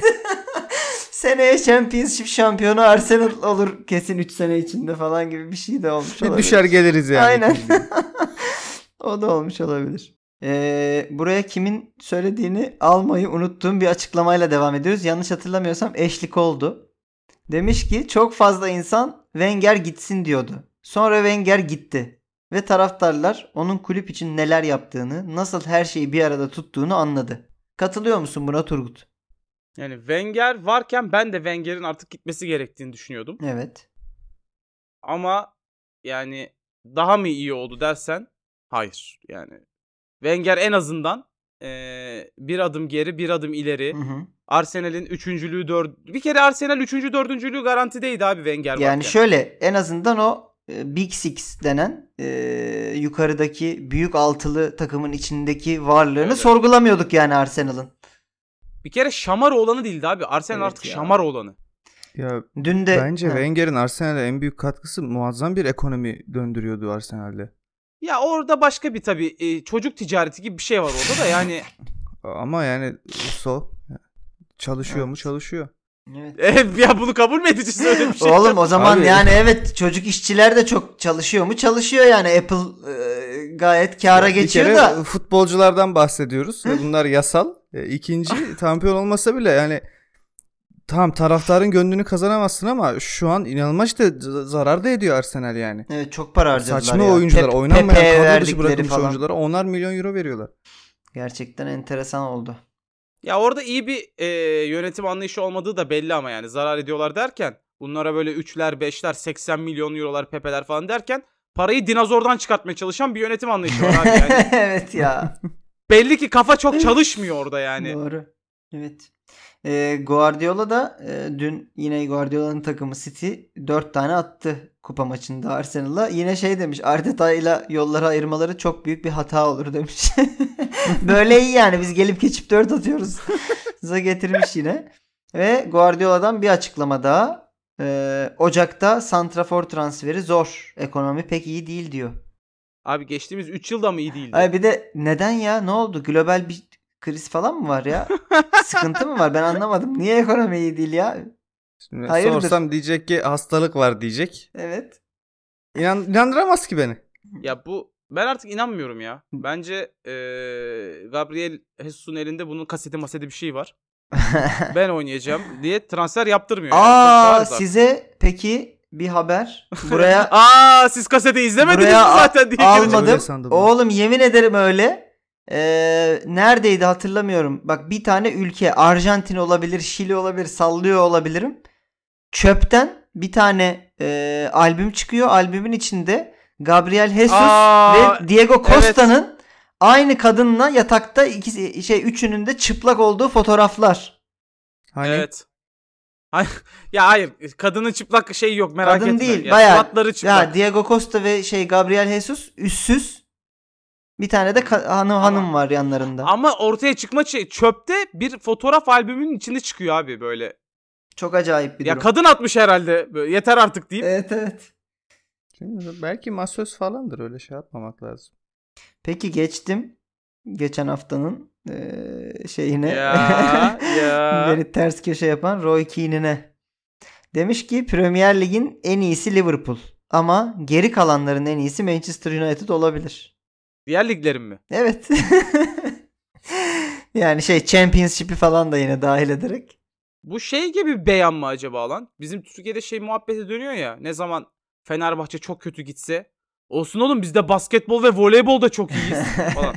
Speaker 2: Seneye Championship şampiyonu Arsenal olur kesin 3 sene içinde falan gibi bir şey de olmuş
Speaker 3: E,
Speaker 2: olabilir.
Speaker 4: Düşer geliriz yani.
Speaker 2: Aynen. <laughs> o da olmuş olabilir. Ee, buraya kimin söylediğini almayı unuttuğum bir açıklamayla devam ediyoruz. Yanlış hatırlamıyorsam eşlik oldu. Demiş ki çok fazla insan Wenger gitsin diyordu. Sonra Wenger gitti. Ve taraftarlar onun kulüp için neler yaptığını, nasıl her şeyi bir arada tuttuğunu anladı. Katılıyor musun buna Turgut?
Speaker 1: Yani Wenger varken ben de Wenger'in artık gitmesi gerektiğini düşünüyordum.
Speaker 2: Evet.
Speaker 1: Ama yani daha mı iyi oldu dersen hayır. Yani Wenger en azından eee, bir adım geri bir adım ileri.
Speaker 2: Hı hı.
Speaker 1: Arsenal'in üçüncülüğü dört... Bir kere Arsenal üçüncü dördüncülüğü garantideydi abi Wenger varken.
Speaker 2: Yani şöyle en azından o e, Big Six denen e, yukarıdaki büyük altılı takımın içindeki varlığını
Speaker 1: Evet.
Speaker 2: sorgulamıyorduk yani Arsenal'ın.
Speaker 1: Bir kere şamar olanı değildi abi. Arsenal
Speaker 2: Evet
Speaker 1: artık
Speaker 2: ya.
Speaker 1: şamar olanı.
Speaker 3: <laughs> Ya
Speaker 2: Dün de
Speaker 3: bence
Speaker 2: Ha,
Speaker 3: Wenger'in Arsenal'e en büyük katkısı muazzam bir ekonomi döndürüyordu Arsenal'de.
Speaker 1: Ya orada başka bir tabii e, çocuk ticareti gibi bir şey var orada da yani <laughs>
Speaker 3: Ama yani so çalışıyor mu çalışıyor.
Speaker 2: evet.
Speaker 1: Eh, ya bunu kabul mü edeceğiz öyle bir şey?
Speaker 2: Oğlum o zaman
Speaker 3: Abi-
Speaker 2: yani evet çocuk işçiler de çok çalışıyor mu? Çalışıyor yani Apple e, gayet kâra geçiyor
Speaker 3: bir kere
Speaker 2: da. <laughs>
Speaker 3: futbolculardan bahsediyoruz ve bunlar yasal. E, İkinci şampiyon olmasa bile yani Tamam taraftarın gönlünü kazanamazsın ama şu an inanılmaz işte z- zarar da ediyor Arsenal yani.
Speaker 2: Evet çok para harcadılar
Speaker 3: Saçma
Speaker 2: ya.
Speaker 3: oyuncular
Speaker 2: Pep-
Speaker 3: oynanmayan
Speaker 2: Pepe'ye
Speaker 3: kadro dışı
Speaker 2: verdikleri
Speaker 3: bırakılmış
Speaker 2: falan.
Speaker 3: oyunculara onlar milyon euro veriyorlar.
Speaker 2: Gerçekten enteresan oldu.
Speaker 1: Ya orada iyi bir e, yönetim anlayışı olmadığı da belli ama yani zarar ediyorlar derken bunlara böyle 3'ler 5'ler 80 milyon eurolar pepeler falan derken parayı dinozordan çıkartmaya çalışan bir yönetim anlayışı var abi yani.
Speaker 2: <laughs> evet ya.
Speaker 1: Belli ki kafa çok çalışmıyor orada yani.
Speaker 2: Doğru. Evet. Ee, Guardiola da e, dün yine Guardiola'nın takımı City 4 tane attı kupa maçında Arsenal'a. Yine şey demiş Arteta ile yolları ayırmaları çok büyük bir hata olur demiş. <laughs> Böyle iyi yani biz gelip geçip 4 atıyoruz. <laughs> Za getirmiş yine. Ve Guardiola'dan bir açıklama daha. Ee, Ocak'ta Santrafor transferi zor. Ekonomi pek iyi değil diyor.
Speaker 1: Abi geçtiğimiz 3 yılda mı iyi değildi?
Speaker 2: Ay bir de neden ya? Ne oldu? Global bir kriz falan mı var <laughs> ya? Sıkıntı mı var? Ben anlamadım. Niye ekonomi iyi değil ya?
Speaker 3: Şimdi
Speaker 2: Hayırdır?
Speaker 3: sorsam diyecek ki hastalık var diyecek.
Speaker 2: <laughs> Evet.
Speaker 3: İnan, inandıramaz ki beni.
Speaker 1: Ya bu ben artık inanmıyorum ya. Bence e, Gabriel Jesus'un elinde bunun kaseti maseti bir şey var. ben
Speaker 2: <laughs>
Speaker 1: oynayacağım diye transfer yaptırmıyor. yani. Çok
Speaker 2: Aa
Speaker 1: var da.
Speaker 2: size peki bir haber. <laughs> Buraya
Speaker 1: Aa siz kaseti izlemediniz mi
Speaker 2: Buraya a-
Speaker 1: zaten diye
Speaker 2: alma-
Speaker 1: girecek.
Speaker 2: Anladım.
Speaker 3: Öyle sandım. ben.
Speaker 2: oğlum yemin ederim öyle. Ee, neredeydi hatırlamıyorum. Bak bir tane ülke Arjantin olabilir, Şili olabilir, sallıyor olabilirim. Çöpten bir tane e, albüm çıkıyor. Albümün içinde Gabriel Jesus
Speaker 1: Aa,
Speaker 2: ve Diego
Speaker 1: evet.
Speaker 2: Costa'nın aynı kadınla yatakta ikisi şey üçünün de çıplak olduğu fotoğraflar.
Speaker 3: Hani
Speaker 1: Evet. Hay- <laughs> ya hayır kadının çıplak şeyi yok merak
Speaker 2: Kadın
Speaker 1: etme.
Speaker 2: değil,
Speaker 1: ya,
Speaker 2: bayağı-
Speaker 1: suratları çıplak.
Speaker 2: Ya Diego Costa ve şey Gabriel Jesus üstsüz. Bir tane de ka- hanım hanım var yanlarında.
Speaker 1: Ama ortaya çıkma şey çöpte bir fotoğraf albümünün içinde çıkıyor abi böyle.
Speaker 2: Çok acayip bir
Speaker 1: ya
Speaker 2: durum.
Speaker 1: kadın atmış herhalde böyle, yeter artık deyip.
Speaker 2: evet evet.
Speaker 3: Şimdi belki masöz falandır öyle şey
Speaker 2: <laughs>
Speaker 3: yapmamak lazım.
Speaker 2: Peki geçtim. Geçen haftanın eee, şeyine. <laughs>
Speaker 1: Ya ya.
Speaker 2: Beni ters köşe yapan Roy Keane'ine. Demiş ki Premier Lig'in en iyisi Liverpool. Ama geri kalanların en iyisi Manchester United olabilir.
Speaker 1: Diğer liglerin mi?
Speaker 2: Evet. <laughs> yani şey Championship'i falan da yine dahil ederek. <laughs>
Speaker 1: Bu şey gibi bir beyan mı acaba lan? Bizim Türkiye'de şey muhabbete dönüyor ya. Ne zaman Fenerbahçe çok kötü gitse. Olsun oğlum bizde basketbol ve voleybol da çok
Speaker 2: <laughs>
Speaker 1: iyiyiz falan.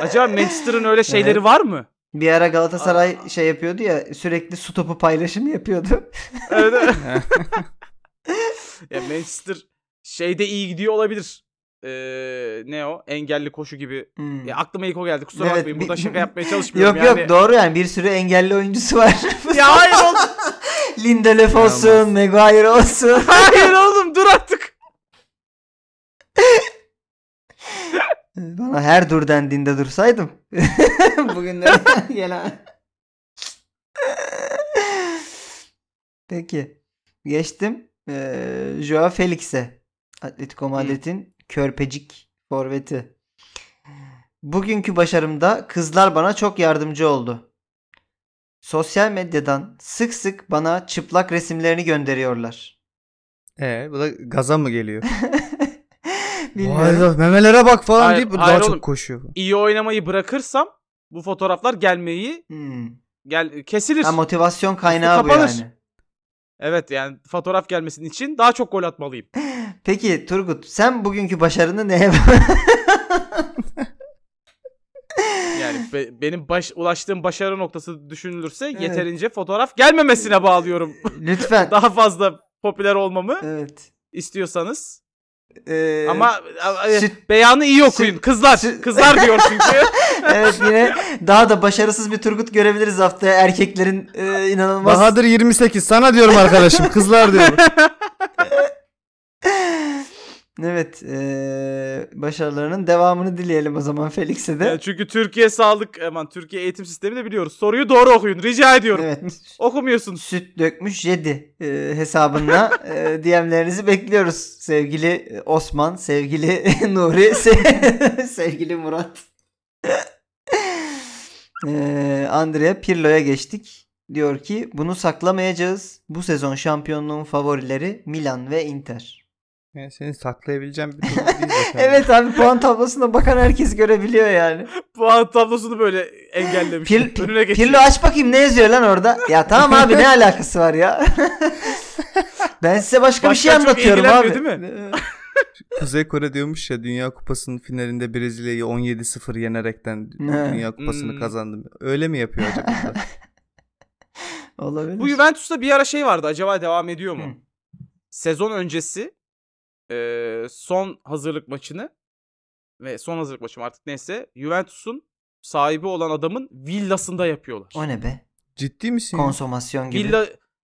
Speaker 1: Acaba Manchester'ın öyle şeyleri
Speaker 2: Evet.
Speaker 1: var mı?
Speaker 2: Bir ara Galatasaray şey yapıyordu ya sürekli su topu paylaşımı yapıyordu.
Speaker 1: Evet, evet. <laughs> ya Manchester şeyde iyi gidiyor olabilir. Ee, ne o? Engelli koşu gibi.
Speaker 2: <laughs> Hmm.
Speaker 1: Ya aklıma ilk o geldi. Kusura
Speaker 2: Evet,
Speaker 1: bakmayın. Burada
Speaker 2: bir-
Speaker 1: şaka yapmaya çalışmıyorum
Speaker 2: Yok
Speaker 1: yani.
Speaker 2: yok doğru yani bir sürü engelli oyuncusu var.
Speaker 1: <laughs> Ya hayır
Speaker 2: <laughs>
Speaker 1: oğlum.
Speaker 2: Lindelöf olsun, Maguire olsun.
Speaker 1: Hayır oğlum dur artık.
Speaker 2: Bana her dur dendiğinde dursaydım. Bugünlere gelen. Peki. Geçtim. Ee, Joao Felix'e. Atletico Madrid'in körpecik forveti. Bugünkü başarımda kızlar bana çok yardımcı oldu. Sosyal medyadan sık sık bana çıplak resimlerini gönderiyorlar. <laughs>
Speaker 3: Ee, bu da gaza mı geliyor? Vay
Speaker 2: Bilmiyorum.
Speaker 3: da, memelere bak falan
Speaker 1: Hayır-
Speaker 3: deyip bu
Speaker 1: hayır
Speaker 3: daha
Speaker 1: oğlum.
Speaker 3: çok koşuyor.
Speaker 1: İyi oynamayı bırakırsam bu fotoğraflar gelmeyi
Speaker 2: Hmm.
Speaker 1: gel kesilir.
Speaker 2: Ha, motivasyon kaynağı bu
Speaker 1: Kapanır.
Speaker 2: yani.
Speaker 1: Evet yani fotoğraf gelmesin için daha çok gol atmalıyım.
Speaker 2: Peki Turgut sen bugünkü başarını neye <laughs>
Speaker 1: Yani be- benim baş- ulaştığım başarı noktası düşünülürse
Speaker 2: Evet.
Speaker 1: yeterince fotoğraf gelmemesine
Speaker 2: <laughs>
Speaker 1: bağlıyorum.
Speaker 2: Lütfen.
Speaker 1: daha fazla popüler olmamı
Speaker 2: evet.
Speaker 1: istiyorsanız.
Speaker 2: Ee,
Speaker 1: Ama ama, e,
Speaker 2: süt-
Speaker 1: beyanı iyi okuyun. kızlar.
Speaker 2: süt-
Speaker 1: Kızlar
Speaker 2: <laughs>
Speaker 1: diyor çünkü.
Speaker 2: evet yine daha da başarısız bir Turgut görebiliriz haftaya erkeklerin e, inanılmaz.
Speaker 4: Bahadır 28 sana diyorum arkadaşım kızlar
Speaker 2: <laughs>
Speaker 4: diyorum.
Speaker 2: evet e, başarılarının devamını dileyelim o zaman Felix'e de.
Speaker 1: Yani çünkü Türkiye sağlık aman Türkiye eğitim sistemi de biliyoruz. Soruyu doğru okuyun. Rica ediyorum.
Speaker 2: Evet.
Speaker 1: Okumuyorsunuz.
Speaker 2: Süt dökmüş Jedi e, hesabında e, DM'lerinizi bekliyoruz. Sevgili Osman, sevgili <laughs> Nuri, se- <laughs> sevgili Murat. e, Andrea Pirlo'ya geçtik. Diyor ki bunu saklamayacağız. Bu sezon şampiyonluğun favorileri Milan ve Inter.
Speaker 3: Yani seni saklayabileceğim
Speaker 2: <laughs>
Speaker 3: bir durum değil. zaten.
Speaker 2: Evet abi puan tablosuna bakan herkes görebiliyor yani.
Speaker 1: Puan tablosunu böyle engellemiş.
Speaker 2: <laughs>
Speaker 1: <laughs>
Speaker 2: Pil,
Speaker 1: Önüne geçiyor.
Speaker 2: Pirlo aç bakayım ne yazıyor lan orada. Ya tamam abi <laughs> ne alakası var ya. ben size başka, bir şey
Speaker 1: Başkan çok
Speaker 2: anlatıyorum abi.
Speaker 1: ilgilenmiyor değil mi?
Speaker 3: Kuzey Kore diyormuş ya Dünya Kupası'nın finalinde Brezilya'yı 17-0 yenerekten
Speaker 2: Ne?
Speaker 3: Dünya Kupası'nı
Speaker 1: Hmm.
Speaker 3: kazandım. Öyle mi yapıyor acaba? da?
Speaker 2: <laughs> Olabilir.
Speaker 1: Bu Juventus'ta bir ara şey vardı. Acaba devam ediyor mu?
Speaker 2: Hı.
Speaker 1: Sezon öncesi e, son hazırlık maçını ve son hazırlık maçı mı artık neyse Juventus'un sahibi olan adamın villasında yapıyorlar.
Speaker 2: O ne be?
Speaker 3: Ciddi misin? ya?
Speaker 2: Konsomasyon gibi.
Speaker 1: Villa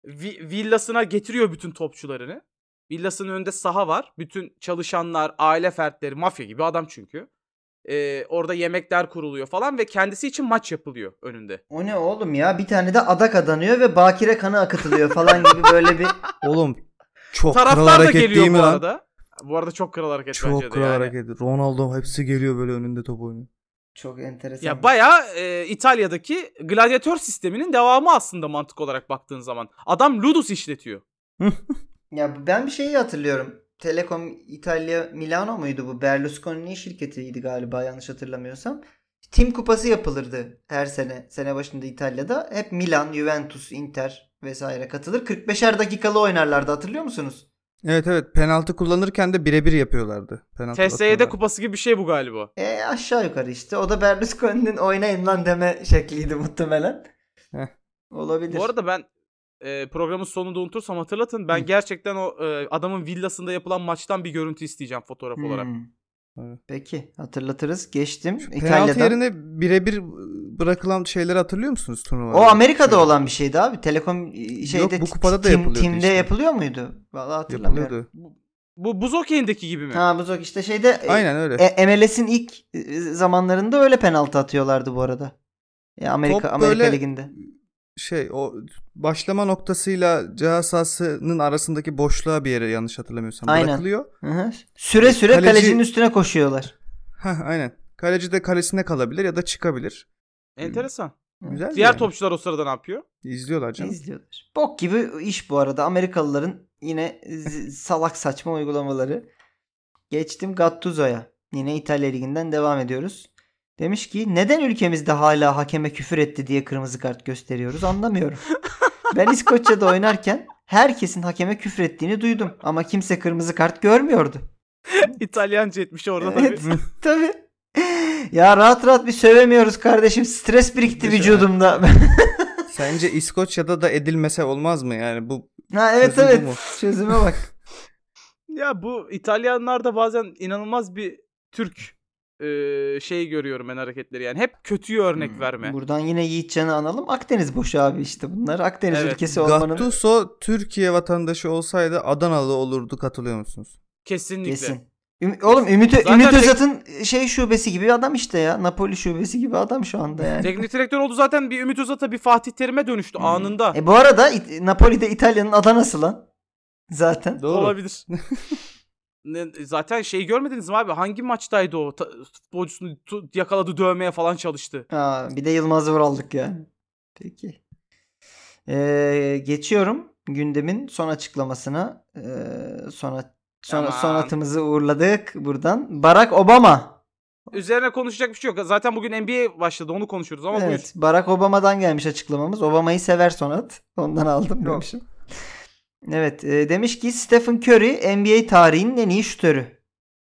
Speaker 1: vi- villasına getiriyor bütün topçularını. Villasının önünde saha var. Bütün çalışanlar, aile fertleri, mafya gibi adam çünkü. Ee, orada yemekler kuruluyor falan ve kendisi için maç yapılıyor önünde.
Speaker 2: O ne oğlum ya? Bir tane de adak adanıyor ve bakire kanı akıtılıyor falan gibi
Speaker 1: <laughs>
Speaker 2: böyle bir
Speaker 4: Oğlum çok kral
Speaker 1: Taraftar da
Speaker 4: hareket değil
Speaker 1: geliyor
Speaker 4: mi
Speaker 1: bu
Speaker 4: lan?
Speaker 1: arada. Bu arada çok kral hareket bence
Speaker 4: Çok
Speaker 1: de
Speaker 4: kral
Speaker 1: yani.
Speaker 4: hareket. Ronaldo hepsi geliyor böyle önünde top oynuyor.
Speaker 2: çok enteresan.
Speaker 1: Ya bayağı e, İtalya'daki gladyatör sisteminin devamı aslında mantık olarak baktığın zaman. Adam ludus işletiyor.
Speaker 2: Ya ben bir şeyi hatırlıyorum. Telekom İtalya Milano muydu bu? Berlusconi'nin şirketiydi galiba yanlış hatırlamıyorsam. Tim kupası yapılırdı her sene. Sene başında İtalya'da. Hep Milan, Juventus, Inter vesaire katılır. 45'er dakikalı oynarlardı hatırlıyor musunuz?
Speaker 3: Evet evet penaltı kullanırken de birebir yapıyorlardı. Penaltı
Speaker 1: TSE'de
Speaker 3: atıyorlar.
Speaker 1: kupası gibi bir şey bu galiba.
Speaker 2: E aşağı yukarı işte. O da Berlusconi'nin oynayın lan deme şekliydi muhtemelen.
Speaker 3: Heh.
Speaker 2: Olabilir.
Speaker 1: Bu arada ben e, programın sonunda unutursam hatırlatın. Ben gerçekten o e, adamın villasında yapılan maçtan bir görüntü isteyeceğim fotoğraf
Speaker 2: Hmm.
Speaker 1: olarak.
Speaker 3: Evet.
Speaker 2: Peki hatırlatırız. Geçtim
Speaker 3: Penaltı
Speaker 2: İtalya'dan.
Speaker 3: yerine birebir bırakılan şeyleri hatırlıyor musunuz Şey turnuvada?
Speaker 2: O Amerika'da olan bir şeydi abi. Telekom e, şeyde
Speaker 3: bu kupada da
Speaker 2: tim-
Speaker 3: yapılıyordu
Speaker 2: timde
Speaker 3: işte.
Speaker 2: yapılıyor muydu? Vallahi hatırlamıyorum.
Speaker 3: yapılıyordu.
Speaker 1: Bu buz okeyindeki gibi mi?
Speaker 2: Ha bu çok işte şeyde e,
Speaker 3: Aynen öyle.
Speaker 2: e, MLS'in ilk e, zamanlarında öyle penaltı atıyorlardı bu arada. E, Amerika
Speaker 3: Top
Speaker 2: Amerika
Speaker 3: böyle-
Speaker 2: liginde.
Speaker 3: şey o başlama noktasıyla ceza sahasının arasındaki boşluğa bir yere yanlış hatırlamıyorsam
Speaker 2: Aynen.
Speaker 3: bırakılıyor.
Speaker 2: Hı hı. Süre süre
Speaker 3: e, Kaleci-
Speaker 2: kalecinin üstüne koşuyorlar.
Speaker 3: Heh, aynen. Kaleci de kalesinde kalabilir ya da çıkabilir.
Speaker 1: Enteresan.
Speaker 3: Güzel
Speaker 1: Diğer
Speaker 3: yani.
Speaker 1: topçular o sırada ne yapıyor?
Speaker 3: İzliyorlar canım.
Speaker 2: İzliyorlar. Bok gibi iş bu arada Amerikalıların yine z- salak saçma uygulamaları. Geçtim Gattuso'ya. Yine İtalya liginden devam ediyoruz. Demiş ki neden ülkemizde hala hakeme küfür etti diye kırmızı kart gösteriyoruz anlamıyorum. Ben İskoçya'da oynarken herkesin hakeme küfür ettiğini duydum ama kimse kırmızı kart görmüyordu.
Speaker 1: İtalyanca etmiş orada
Speaker 2: Evet,
Speaker 1: tabii.
Speaker 2: <laughs> tabii. Ya rahat rahat bir sövemiyoruz kardeşim. Stres birikti
Speaker 3: Mesela.
Speaker 2: vücudumda. <laughs>
Speaker 3: Sence İskoçya'da da edilmese olmaz mı? Yani bu
Speaker 2: ha evet
Speaker 3: Çözüm bu
Speaker 2: evet.
Speaker 3: mu?
Speaker 2: Çözüme bak.
Speaker 3: <laughs>
Speaker 1: Ya bu İtalyanlarda bazen inanılmaz bir Türk e, şey görüyorum ben hareketleri yani. Hep kötüyü örnek verme.
Speaker 2: Buradan yine Yiğitcan'ı analım. Akdeniz boşu abi işte bunlar. Akdeniz
Speaker 1: Evet.
Speaker 2: ülkesi olmanın
Speaker 3: Gattuso Türkiye vatandaşı olsaydı Adanalı olurdu katılıyor musunuz?
Speaker 1: Kesinlikle.
Speaker 2: kesin. Üm- Oğlum Ümit,
Speaker 1: Zaten
Speaker 2: Ümit
Speaker 1: tek-
Speaker 2: Özat'ın şey şubesi gibi adam işte ya. Napoli şubesi gibi adam şu anda yani.
Speaker 1: Teknik direktör oldu zaten bir Ümit Özat'a bir Fatih Terim'e dönüştü anında.
Speaker 2: E bu arada İt- Napoli'de İtalya'nın Adana'sı lan. Zaten.
Speaker 1: Olabilir. <laughs> Ne- Zaten şey görmediniz mi abi? Hangi maçtaydı o? Ta- futbolcusunu tu- yakaladı dövmeye falan çalıştı.
Speaker 2: Aa, bir de Yılmaz Vural'dık ya. Peki. Ee, geçiyorum gündemin son açıklamasına. Ee, son, a- son, son
Speaker 1: Aman.
Speaker 2: atımızı uğurladık buradan. Barack Obama
Speaker 1: Üzerine konuşacak bir şey yok. Zaten bugün NBA başladı onu konuşuruz ama
Speaker 2: evet, Barack Obama'dan gelmiş açıklamamız. Obama'yı sever sonat. Ondan aldım demişim. Evet, e, demiş ki Stephen Curry NBA tarihinin en iyi şütörü.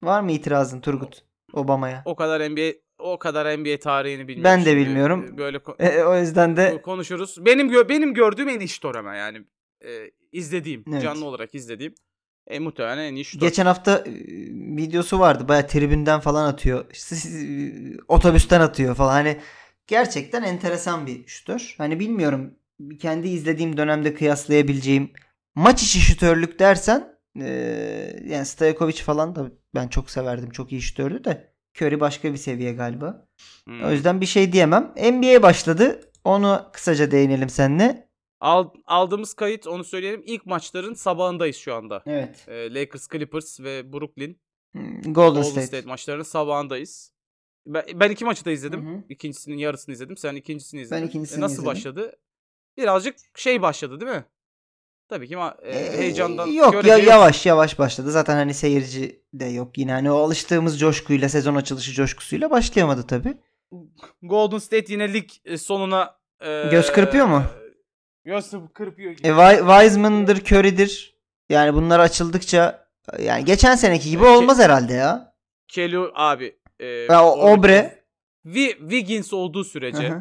Speaker 2: Var mı itirazın Turgut Obama'ya?
Speaker 1: buyur. O kadar NBA o kadar NBA tarihini bilmiyorum.
Speaker 2: Ben de
Speaker 1: Şimdi,
Speaker 2: bilmiyorum.
Speaker 1: e, Böyle ko-
Speaker 2: E, o yüzden de
Speaker 1: ko- konuşuruz. Benim gö- benim gördüğüm en iyi şutör ama yani E, izlediğim,
Speaker 2: Evet.
Speaker 1: canlı olarak izlediğim e, muhtemelen en iyi şutör.
Speaker 2: geçen hafta e, videosu vardı. Baya tribünden falan atıyor. İşte siz- e, otobüsten atıyor falan. Hani gerçekten enteresan bir şütör. Hani bilmiyorum kendi izlediğim dönemde kıyaslayabileceğim maç içi şütörlük dersen e, yani Stajkovic falan da ben çok severdim. Çok iyi şütördü de. Curry başka bir seviye galiba.
Speaker 1: Hmm.
Speaker 2: O yüzden bir şey diyemem. NBA başladı. Onu kısaca değinelim seninle.
Speaker 1: Al- aldığımız kayıt onu söyleyelim. İlk maçların sabahındayız şu anda.
Speaker 2: Evet.
Speaker 1: E, Lakers, Clippers ve Brooklyn
Speaker 2: Hmm, Golden,
Speaker 1: Golden State,
Speaker 2: State.
Speaker 1: maçlarının sabahındayız. Ben, ben iki maçı da izledim.
Speaker 2: Hı hı.
Speaker 1: İkincisinin yarısını izledim. Sen ikincisini izledin. E,
Speaker 2: ikincisini
Speaker 1: Nasıl
Speaker 2: izledim.
Speaker 1: başladı? Birazcık şey başladı değil mi? Tabii ki ama e,
Speaker 2: Ee,
Speaker 1: heyecandan
Speaker 2: yok
Speaker 1: görece
Speaker 2: ya, yavaş yavaş başladı. Zaten hani seyirci de yok. Yine hani o alıştığımız coşkuyla sezon açılışı coşkusuyla başlayamadı tabii.
Speaker 1: Golden State yine lig e, sonuna e,
Speaker 2: Göz kırpıyor mu?
Speaker 1: Göz kırpıyor gibi.
Speaker 2: E, Wi- Wiseman'dır, Curry'dir. Yani bunlar açıldıkça yani geçen seneki gibi olmaz herhalde ya.
Speaker 1: Kelly abi. e,
Speaker 2: Ya o-
Speaker 1: oradaki
Speaker 2: Obre.
Speaker 1: Wi- Wiggins olduğu sürece
Speaker 2: Hı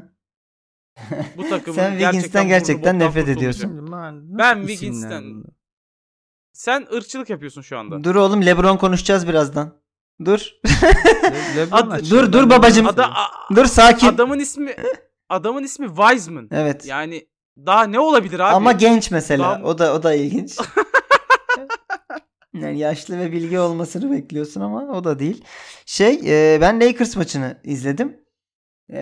Speaker 2: hı.
Speaker 1: bu takımın
Speaker 2: Sen Wiggins'ten
Speaker 1: gerçekten,
Speaker 2: gerçekten
Speaker 1: burnu
Speaker 2: nefret
Speaker 1: boktan
Speaker 2: ediyorsun.
Speaker 1: kurtulacak.
Speaker 3: Şimdi lan,
Speaker 1: Ben
Speaker 3: nasıl isimler
Speaker 1: Wiggins'ten-
Speaker 3: bunlar?
Speaker 1: Sen ırkçılık yapıyorsun şu anda.
Speaker 2: Dur oğlum LeBron konuşacağız birazdan. Dur. <laughs>
Speaker 3: Le- Lebron
Speaker 1: Ad-
Speaker 3: açıyor.
Speaker 2: dur, dur
Speaker 3: Ben
Speaker 2: babacım.
Speaker 3: Lebron'u
Speaker 1: Ada,
Speaker 3: seviyorum.
Speaker 1: a-
Speaker 2: Dur sakin.
Speaker 1: adamın ismi adamın ismi Wiseman.
Speaker 2: Evet.
Speaker 1: Yani daha ne olabilir abi?
Speaker 2: Ama genç mesela.
Speaker 1: Tam-
Speaker 2: O da o
Speaker 1: <laughs>
Speaker 2: da ilginç. yani yaşlı ve bilgi olmasını bekliyorsun ama o da değil. Şey, e, ben Lakers maçını izledim. E,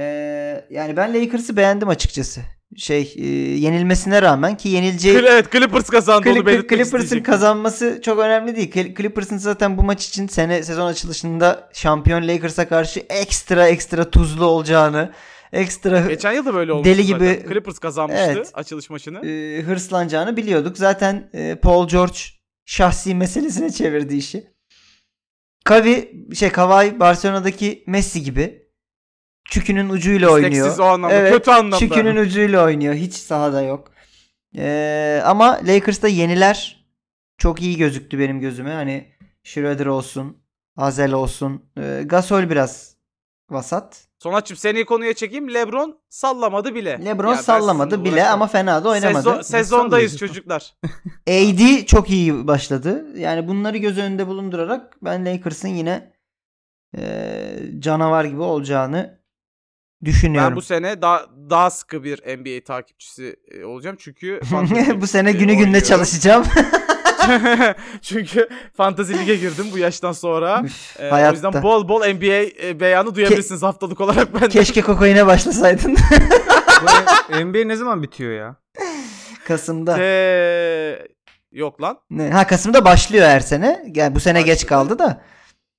Speaker 2: yani ben Lakers'ı beğendim açıkçası. Şey, e, yenilmesine rağmen ki yenileceği
Speaker 1: Cl- evet Clippers kazandı onu
Speaker 2: Clip-
Speaker 1: belirtmek
Speaker 2: Clippers'ın
Speaker 1: isteyecektim.
Speaker 2: kazanması çok önemli değil. Cl- Clippers'ın zaten bu maç için sene sezon açılışında şampiyon Lakers'a karşı ekstra ekstra tuzlu olacağını, ekstra
Speaker 1: Geçen yıl da böyle olmuştu
Speaker 2: Deli
Speaker 1: zaten.
Speaker 2: gibi-
Speaker 1: Clippers kazanmıştı
Speaker 2: Evet.
Speaker 1: açılış maçını.
Speaker 2: e, hırslanacağını biliyorduk. Zaten e, Paul George şahsi meselesine çevirdi işi. Kavi şey Kavai Barcelona'daki Messi gibi çükünün ucuyla oynuyor.
Speaker 1: İsteksiz o anlamda.
Speaker 2: Evet,
Speaker 1: Kötü anlamda.
Speaker 2: Çükünün ucuyla oynuyor. Hiç sahada yok. E, ama Lakers'ta yeniler çok iyi gözüktü benim gözüme. Hani Schroeder olsun, Azel olsun. E, Gasol biraz vasat.
Speaker 1: Sonatçım seni konuya çekeyim. Lebron sallamadı bile.
Speaker 2: LeBron
Speaker 1: Eh, Ya ben
Speaker 2: sallamadı
Speaker 1: sizinle
Speaker 2: bile
Speaker 1: uğraşmam.
Speaker 2: ama fena da oynamadı.
Speaker 1: Sezon- sezondayız
Speaker 3: Sallamadı.
Speaker 1: çocuklar.
Speaker 2: AD çok iyi başladı. Yani bunları göz önünde bulundurarak ben Lakers'ın yine eee, canavar gibi olacağını düşünüyorum.
Speaker 1: Ben bu sene daha daha sıkı bir NBA takipçisi e, olacağım
Speaker 2: <laughs>
Speaker 1: çünkü
Speaker 2: bu,
Speaker 1: fantasy,
Speaker 2: sene
Speaker 1: e,
Speaker 2: günü gününe
Speaker 1: oynuyorum. <laughs>
Speaker 2: çalışacağım.
Speaker 1: çünkü fantasy lige girdim bu yaştan
Speaker 2: <laughs>
Speaker 1: sonra.
Speaker 2: Üf,
Speaker 1: E, o
Speaker 2: hayatta.
Speaker 1: yüzden bol bol NBA e, beyanı duyabilirsiniz haftalık olarak benden.
Speaker 2: Keşke kokaine
Speaker 1: <laughs>
Speaker 2: başlasaydın
Speaker 3: Bu NBA ne zaman bitiyor ya?
Speaker 2: Kasım'da.
Speaker 1: Ee, yok lan.
Speaker 2: Ne? Ha Kasım'da başlıyor her sene. Yani bu sene geç
Speaker 1: Başladı.
Speaker 2: kaldı da.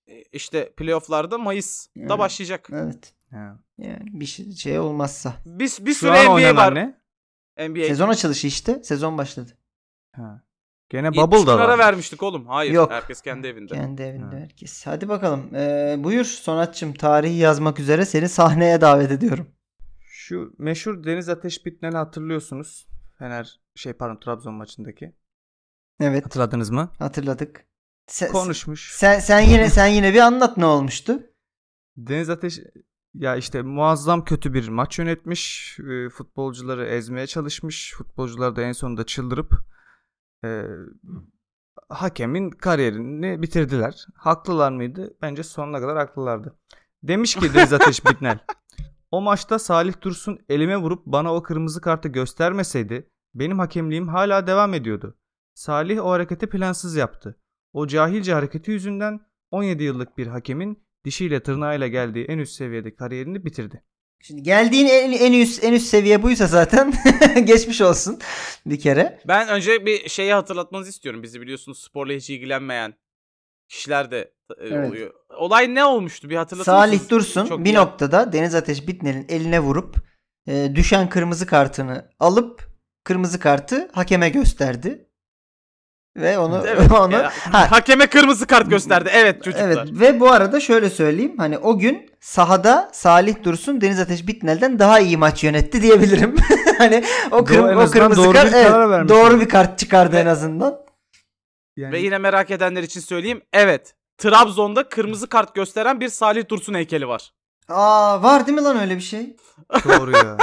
Speaker 1: E, İşte playofflarda Mayıs'ta
Speaker 2: Evet.
Speaker 1: başlayacak.
Speaker 2: Evet.
Speaker 3: Ha.
Speaker 2: Yani bir şey, şey olmazsa.
Speaker 1: Bir, bir
Speaker 3: Şu
Speaker 1: sürü
Speaker 3: an
Speaker 1: NBA var.
Speaker 3: oynanan ne?
Speaker 1: NBA.
Speaker 2: Sezon açılışı işte. Sezon başladı.
Speaker 3: Ha. Gene
Speaker 1: 70
Speaker 3: Bubble'da
Speaker 1: lira
Speaker 3: var.
Speaker 1: vermiştik oğlum. Hayır.
Speaker 2: Yok.
Speaker 1: Herkes kendi evinde.
Speaker 2: Kendi evinde
Speaker 3: Ha.
Speaker 2: herkes. Hadi bakalım. Eee, buyur Sonatçım tarihi yazmak üzere seni sahneye davet ediyorum.
Speaker 3: Şu meşhur Deniz Ateş Bitnel'i hatırlıyorsunuz. Fener şey pardon Trabzon maçındaki.
Speaker 2: Evet.
Speaker 3: Hatırladınız mı?
Speaker 2: Hatırladık. Sen,
Speaker 3: Konuşmuş.
Speaker 2: Sen sen yine sen yine bir anlat ne olmuştu?
Speaker 3: Deniz Ateş ya işte muazzam kötü bir maç yönetmiş. e, Futbolcuları ezmeye çalışmış. Futbolcular da en sonunda çıldırıp e, hakemin kariyerini bitirdiler. Haklılar mıydı? Bence sonuna kadar haklılardı. Demiş ki Deniz Ateş Bitnel. O maçta Salih Dursun elime vurup bana o kırmızı kartı göstermeseydi benim hakemliğim hala devam ediyordu. Salih o hareketi plansız yaptı. O cahilce hareketi yüzünden 17 yıllık bir hakemin dişiyle tırnağıyla geldiği en üst seviyede kariyerini bitirdi.
Speaker 2: Şimdi geldiğin en, en üst en üst seviye buysa zaten <laughs> geçmiş olsun bir kere.
Speaker 1: Ben önce bir şeyi hatırlatmanızı istiyorum. Bizi biliyorsunuz sporla hiç ilgilenmeyen kişiler de e,
Speaker 2: Evet.
Speaker 1: oluyor. Olay ne olmuştu bir hatırlatın
Speaker 2: Salih
Speaker 1: mısınız?
Speaker 2: Dursun
Speaker 1: Çok
Speaker 2: bir
Speaker 1: iyi-
Speaker 2: noktada Deniz Ateş Bitnel'in eline vurup e, düşen kırmızı kartını alıp kırmızı kartı hakeme gösterdi. Ve onu
Speaker 1: Evet,
Speaker 2: <laughs> onu
Speaker 1: ya.
Speaker 2: ha,
Speaker 1: E, Hakeme kırmızı kart gösterdi. Evet çocuklar.
Speaker 2: Evet ve bu arada şöyle söyleyeyim hani o gün sahada Salih Dursun Deniz Ateş Bitnel'den daha iyi maç yönetti diyebilirim. <laughs> hani o, kırm-
Speaker 3: Doğru, en
Speaker 2: o
Speaker 3: azından
Speaker 2: kırmızı
Speaker 3: doğru
Speaker 2: kart
Speaker 3: bir
Speaker 2: evet,
Speaker 3: karar vermiş.
Speaker 2: doğru bir kart çıkardı
Speaker 1: Ve-
Speaker 2: en azından.
Speaker 3: Yani
Speaker 1: Ve
Speaker 3: <laughs>
Speaker 1: yine merak edenler için söyleyeyim. Evet. Trabzon'da kırmızı kart gösteren bir Salih Dursun heykeli var.
Speaker 2: Aa var değil mi lan öyle bir şey?
Speaker 3: doğru ya. Ya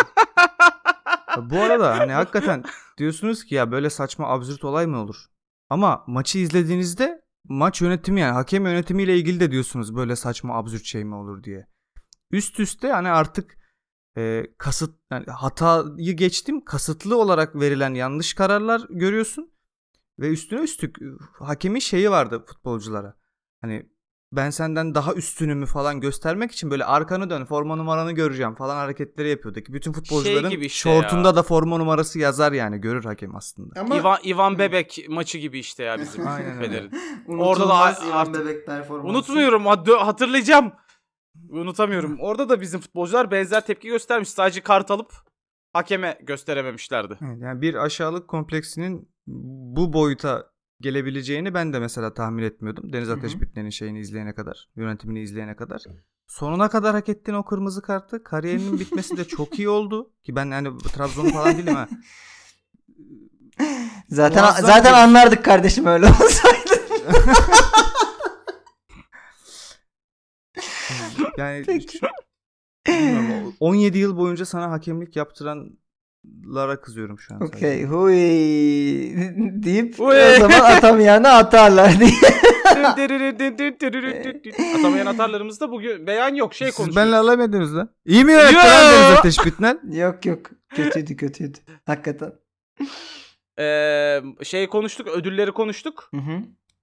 Speaker 3: <laughs> Bu arada hani hakikaten diyorsunuz ki ya böyle saçma absürt olay mı olur? Ama maçı izlediğinizde maç yönetimi yani hakem yönetimiyle ilgili de diyorsunuz böyle saçma absürt şey mi olur diye. Üst üste hani artık e, kasıt yani hatayı geçtim kasıtlı olarak verilen yanlış kararlar görüyorsun ve üstüne üstlük e, hakemin şeyi vardı futbolculara. Hani ben senden daha üstünümü falan göstermek için böyle arkanı dön forma numaranı göreceğim falan hareketleri yapıyordu ki bütün futbolcuların
Speaker 1: Şey gibi işte
Speaker 3: şortunda
Speaker 1: ya.
Speaker 3: da forma numarası yazar yani görür hakem aslında.
Speaker 2: Ama
Speaker 1: Ivan, Ivan Bebek maçı gibi işte ya bizim
Speaker 3: <laughs> Aynen öyle.
Speaker 1: Fener'in. orada
Speaker 2: unutulmaz
Speaker 1: da
Speaker 2: İvan
Speaker 1: artık-
Speaker 2: Bebek performansı.
Speaker 1: Unutmuyorum. ha- dö- Hatırlayacağım. Unutamıyorum. Orada da bizim futbolcular benzer tepki göstermiş.
Speaker 3: <laughs>
Speaker 1: Sadece kart alıp hakeme gösterememişlerdi.
Speaker 3: Evet, yani bir aşağılık kompleksinin bu boyuta gelebileceğini ben de mesela tahmin etmiyordum. Deniz
Speaker 2: Hı hı.
Speaker 3: Ateş Bitne'nin şeyini izleyene kadar, yönetimini izleyene kadar. Sonuna kadar hak ettiğin o kırmızı kartı kariyerinin bitmesi de çok iyi oldu. Ki ben yani Trabzon falan değilim <laughs> ha.
Speaker 2: Zaten
Speaker 3: Muazzam
Speaker 2: zaten
Speaker 3: bir-
Speaker 2: anlardık kardeşim öyle olsaydı.
Speaker 3: Yani
Speaker 2: Peki. <laughs>
Speaker 3: bilmiyorum, o 17 yıl boyunca sana hakemlik yaptıranlara kızıyorum şu an. sadece.
Speaker 2: Okey. Huy <laughs> deyip
Speaker 1: Huy.
Speaker 2: o zaman atamayanı atarlar <laughs> diye.
Speaker 3: Ee.
Speaker 1: Atamayan atarlarımız da bugün beyan yok şey
Speaker 3: Siz
Speaker 1: konuşuyoruz.
Speaker 3: benimle alay mı ediyorsunuz lan? İyi mi yönetti lan
Speaker 1: Yo!
Speaker 3: Deniz Ateş Bitnel?
Speaker 2: yok yok. Kötüydü kötüydü. Hakikaten.
Speaker 1: Ee, şey konuştuk ödülleri konuştuk.
Speaker 2: Hı hı.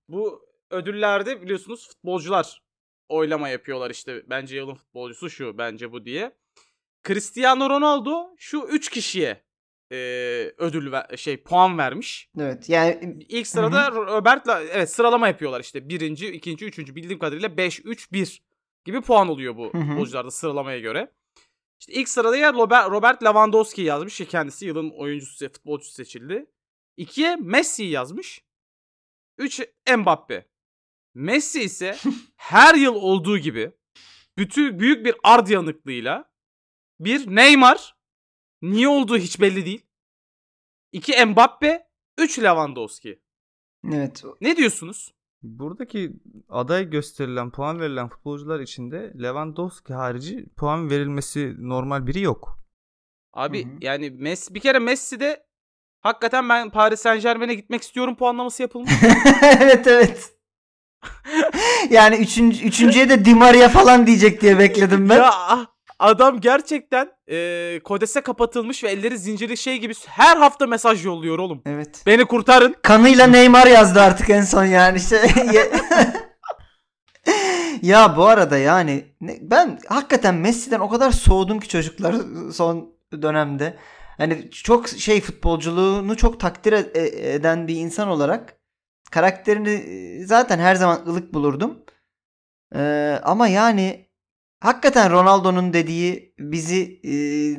Speaker 1: Bu ödüllerde biliyorsunuz futbolcular oylama yapıyorlar işte. Bence yılın futbolcusu şu bence bu diye. Cristiano Ronaldo şu 3 kişiye e, ödül ver- şey puan vermiş.
Speaker 2: Evet. Yani
Speaker 1: İlk sırada Robert'la evet sıralama yapıyorlar işte. Birinci, ikinci, üçüncü bildiğim kadarıyla 5, 3, 1 gibi puan oluyor bu
Speaker 2: Hı hı.
Speaker 1: futbolcularda sıralamaya göre. İşte ilk sırada ya Robert, Robert Lewandowski yazmış ki kendisi yılın oyuncusu, futbolcusu seçildi. İkiye Messi yazmış. Üç Mbappe. Messi
Speaker 2: <laughs>
Speaker 1: ise her yıl olduğu gibi bütün büyük bir ard yanıklığıyla bir Neymar niye olduğu hiç belli değil. İki Mbappe, üç Lewandowski.
Speaker 2: evet.
Speaker 1: Ne diyorsunuz?
Speaker 3: Buradaki aday gösterilen, puan verilen futbolcular içinde Lewandowski harici puan verilmesi normal biri yok.
Speaker 1: Abi
Speaker 2: Hı hı.
Speaker 1: yani Messi bir kere Messi de hakikaten ben Paris Saint-Germain'e gitmek istiyorum puanlaması yapılmış.
Speaker 2: evet evet. yani üçüncü, üçüncüye de Di Maria falan diyecek diye bekledim <laughs> ben.
Speaker 1: ya ah, adam gerçekten e, kodese kapatılmış ve elleri zincirli şey gibi her hafta mesaj yolluyor oğlum.
Speaker 2: Evet.
Speaker 1: Beni kurtarın.
Speaker 2: Kanıyla Neymar yazdı artık en son yani işte. <laughs> ya bu arada yani ne- ben hakikaten Messi'den o kadar soğudum ki çocuklar <laughs> son dönemde. Hani çok şey futbolculuğunu çok takdir e- e- eden bir insan olarak karakterini e, zaten her zaman ılık bulurdum. Ee, ama yani hakikaten Ronaldo'nun dediği bizi e,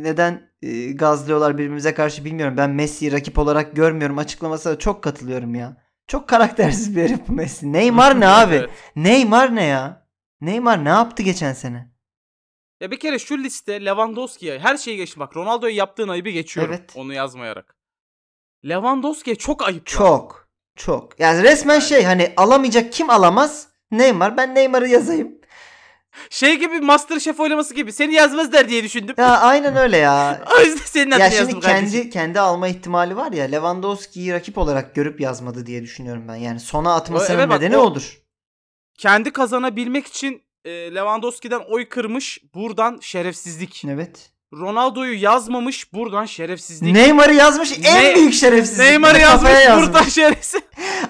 Speaker 2: neden e, gazlıyorlar birbirimize karşı bilmiyorum. Ben Messi'yi rakip olarak görmüyorum açıklamasına da çok katılıyorum ya. Çok karaktersiz bir herif bu Messi. Neymar <laughs> ne abi?
Speaker 1: Evet.
Speaker 2: Neymar ne ya? Neymar ne yaptı geçen sene?
Speaker 1: Ya bir kere şu liste Lewandowski'ye her şeyi geçtim. Bak Ronaldo'ya yaptığın ayıbı geçiyorum.
Speaker 2: Evet.
Speaker 1: Onu yazmayarak. Lewandowski'ye çok ayıp. var.
Speaker 2: Çok. Çok. Yani resmen şey hani alamayacak kim alamaz? Neymar. Ben Neymar'ı yazayım.
Speaker 1: Şey gibi Masterchef oylaması gibi. Seni yazmazlar diye düşündüm.
Speaker 2: Ya aynen öyle ya.
Speaker 1: <laughs> O yüzden senin adını
Speaker 2: ya şimdi
Speaker 1: yazdım kardeşim.
Speaker 2: kendi kendi alma ihtimali var ya Lewandowski'yi rakip olarak görüp yazmadı diye düşünüyorum ben. Yani sona atmasının
Speaker 1: Evet bak,
Speaker 2: nedeni
Speaker 1: o-
Speaker 2: odur.
Speaker 1: kendi kazanabilmek için e, Lewandowski'den oy kırmış. Buradan şerefsizlik.
Speaker 2: Evet.
Speaker 1: Ronaldo'yu yazmamış. Buradan şerefsizlik.
Speaker 2: Neymar'ı yazmış en
Speaker 1: Ne-
Speaker 2: büyük şerefsizlik.
Speaker 1: Neymar'ı yazmış,
Speaker 2: Kafaya
Speaker 1: Buradan şerefsiz.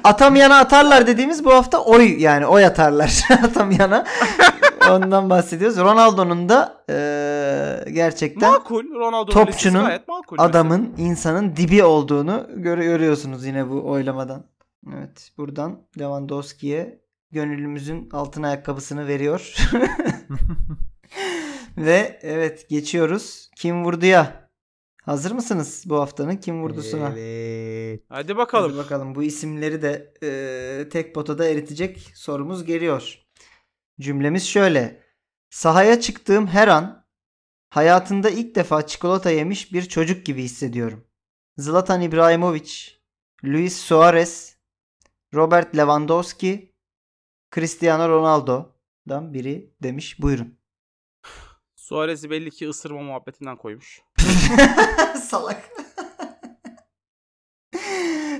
Speaker 2: Atamayana atarlar dediğimiz bu hafta oy yani oy atarlar <laughs> Atamayana. Ondan bahsediyoruz. Ronaldo'nun da e, eee, gerçten
Speaker 1: makul. Ronaldo'nun listesi
Speaker 2: Topçunun,
Speaker 1: gayet makul. mesela.
Speaker 2: adamın insanın dibi olduğunu görü- görüyorsunuz yine bu oylamadan. Evet buradan Lewandowski'ye gönlümüzün altın ayakkabısını veriyor. Ve evet geçiyoruz. Kim vurduya? Hazır mısınız bu haftanın kim vurdusuna?
Speaker 3: Evet.
Speaker 1: Hadi
Speaker 2: Bakalım.
Speaker 1: bakalım.
Speaker 2: bakalım bu isimleri de e, tek potada eritecek sorumuz geliyor. Cümlemiz şöyle. Sahaya çıktığım her an hayatında ilk defa çikolata yemiş bir çocuk gibi hissediyorum. Zlatan İbrahimovic, Luis Suarez, Robert Lewandowski, Cristiano Ronaldo'dan biri demiş. Buyurun.
Speaker 1: Suarez'i belli ki ısırma muhabbetinden koymuş.
Speaker 2: Salak.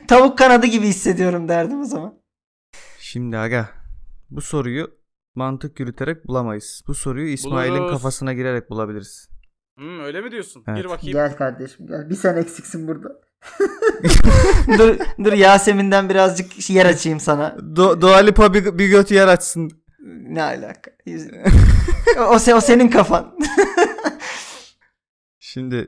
Speaker 2: Tavuk kanadı gibi hissediyorum derdim o zaman.
Speaker 3: Şimdi aga bu soruyu mantık yürüterek bulamayız. Bu soruyu İsmail'in
Speaker 1: Buluruz.
Speaker 3: kafasına girerek bulabiliriz.
Speaker 1: Hmm, öyle mi diyorsun?
Speaker 3: Evet.
Speaker 1: Gir bakayım.
Speaker 2: Gel kardeşim gel. Bir sen eksiksin burada. <laughs> dur, dur Yasemin'den birazcık yer açayım sana.
Speaker 3: Do Dua Lipa bir, bir göt yer açsın.
Speaker 2: Ne alaka?
Speaker 1: <laughs>
Speaker 2: Yüz- o, o, se- o senin kafan.
Speaker 3: Şimdi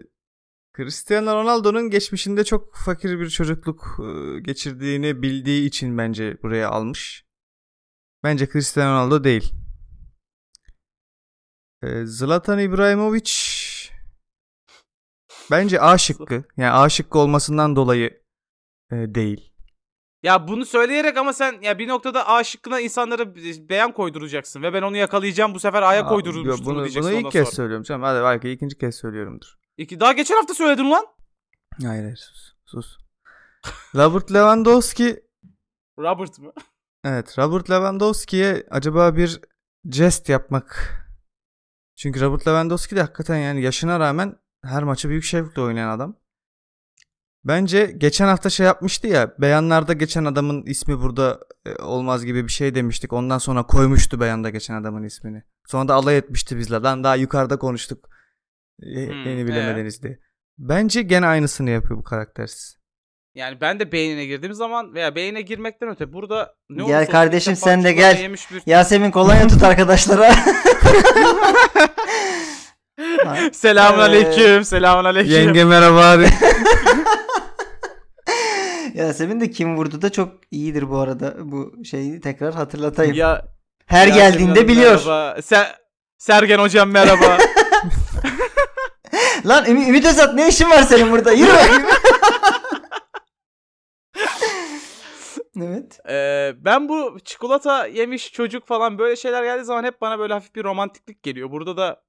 Speaker 3: Cristiano Ronaldo'nun geçmişinde çok fakir bir çocukluk e, geçirdiğini bildiği için bence buraya almış. Bence Cristiano Ronaldo değil. E, Zlatan İbrahimovic bence A şıkkı. Yani A şıkkı olmasından dolayı e, değil.
Speaker 1: Ya bunu söyleyerek ama sen ya bir noktada A şıkkına insanlara be- beyan koyduracaksın ve ben onu yakalayacağım bu sefer A'ya
Speaker 3: Aa,
Speaker 1: koydurulmuştur
Speaker 3: Bunu,
Speaker 1: diyeceksin
Speaker 3: bunu ilk
Speaker 1: ondan
Speaker 3: kez
Speaker 1: sonra.
Speaker 3: söylüyorum canım. Hadi belki ikinci kez söylüyorumdur.
Speaker 1: İki, daha geçen hafta söyledin lan.
Speaker 3: Hayır hayır sus. Sus. Robert Lewandowski
Speaker 1: Robert mı?
Speaker 3: Evet, Robert Lewandowski'ye acaba bir jest yapmak. Çünkü Robert Lewandowski de hakikaten yani yaşına rağmen her maçı büyük şevkle oynayan adam. Bence geçen hafta şey yapmıştı ya, beyanlarda geçen adamın ismi burada e, olmaz gibi bir şey demiştik. Ondan sonra koymuştu beyanda geçen adamın ismini. Sonra da alay etmişti bizle. Lan daha yukarıda konuştuk. E,
Speaker 1: Hmm,
Speaker 3: yeni
Speaker 1: ee?
Speaker 3: bilemediniz diye. Bence gene aynısını yapıyor bu karaktersiz.
Speaker 1: Yani ben de beynine girdiğim zaman veya beynine girmekten öte burada ne
Speaker 2: Gel
Speaker 1: olursa olsun
Speaker 2: kardeşim
Speaker 1: ilk defa
Speaker 2: sen de
Speaker 1: çikolata
Speaker 2: gel.
Speaker 1: yemiş bir- <laughs>
Speaker 2: Yasemin kolonya tut arkadaşlara. <laughs> Ha,
Speaker 1: Selamun
Speaker 2: Ee,
Speaker 1: aleyküm, selamun aleyküm.
Speaker 3: Yenge merhaba.
Speaker 2: Yasemin de kim vurdu da çok iyidir bu arada. Bu şeyi tekrar hatırlatayım.
Speaker 1: Ya,
Speaker 2: Her
Speaker 1: Yasemin
Speaker 2: geldiğinde
Speaker 1: Hanım
Speaker 2: biliyor.
Speaker 1: Merhaba. Ser- Sergen hocam
Speaker 2: <laughs>
Speaker 1: merhaba.
Speaker 2: Lan Ümit, Ümit Özat ne işin var senin burada? Yürü
Speaker 1: <laughs>
Speaker 2: bakayım. <laughs> evet.
Speaker 1: Ee, ben bu çikolata yemiş çocuk falan böyle şeyler geldiği zaman hep bana böyle hafif bir romantiklik geliyor. Burada da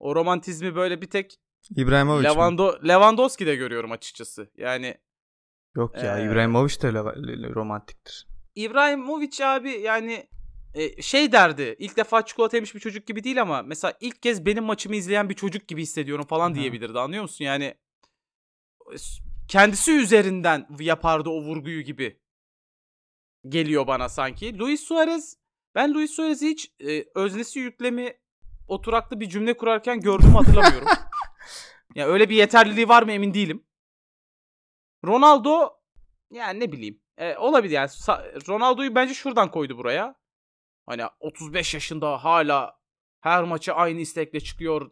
Speaker 1: o romantizmi böyle bir tek
Speaker 3: İbrahimovic. mi?
Speaker 1: Lewando Lewandowski'de görüyorum açıkçası. Yani
Speaker 3: Yok ya
Speaker 1: Ee,
Speaker 3: İbrahimovic de leva- le- le- romantiktir.
Speaker 1: İbrahimovic abi yani e, şey derdi. İlk defa çikolata yemiş bir çocuk gibi değil ama mesela ilk kez benim maçımı izleyen bir çocuk gibi hissediyorum falan
Speaker 3: Hı.
Speaker 1: diyebilirdi. Anlıyor musun? Yani e, s- kendisi üzerinden yapardı o vurguyu gibi geliyor bana sanki. Luis Suarez ben Luis Suarez'i hiç e, öznesi yüklemi oturaklı bir cümle kurarken gördüğümü
Speaker 3: <laughs>
Speaker 1: hatırlamıyorum. ya öyle bir yeterliliği var mı emin değilim. Ronaldo yani ne bileyim. E, olabilir yani. Sa- Ronaldo'yu bence şuradan koydu buraya. Hani 35 yaşında hala her maça aynı istekle çıkıyor.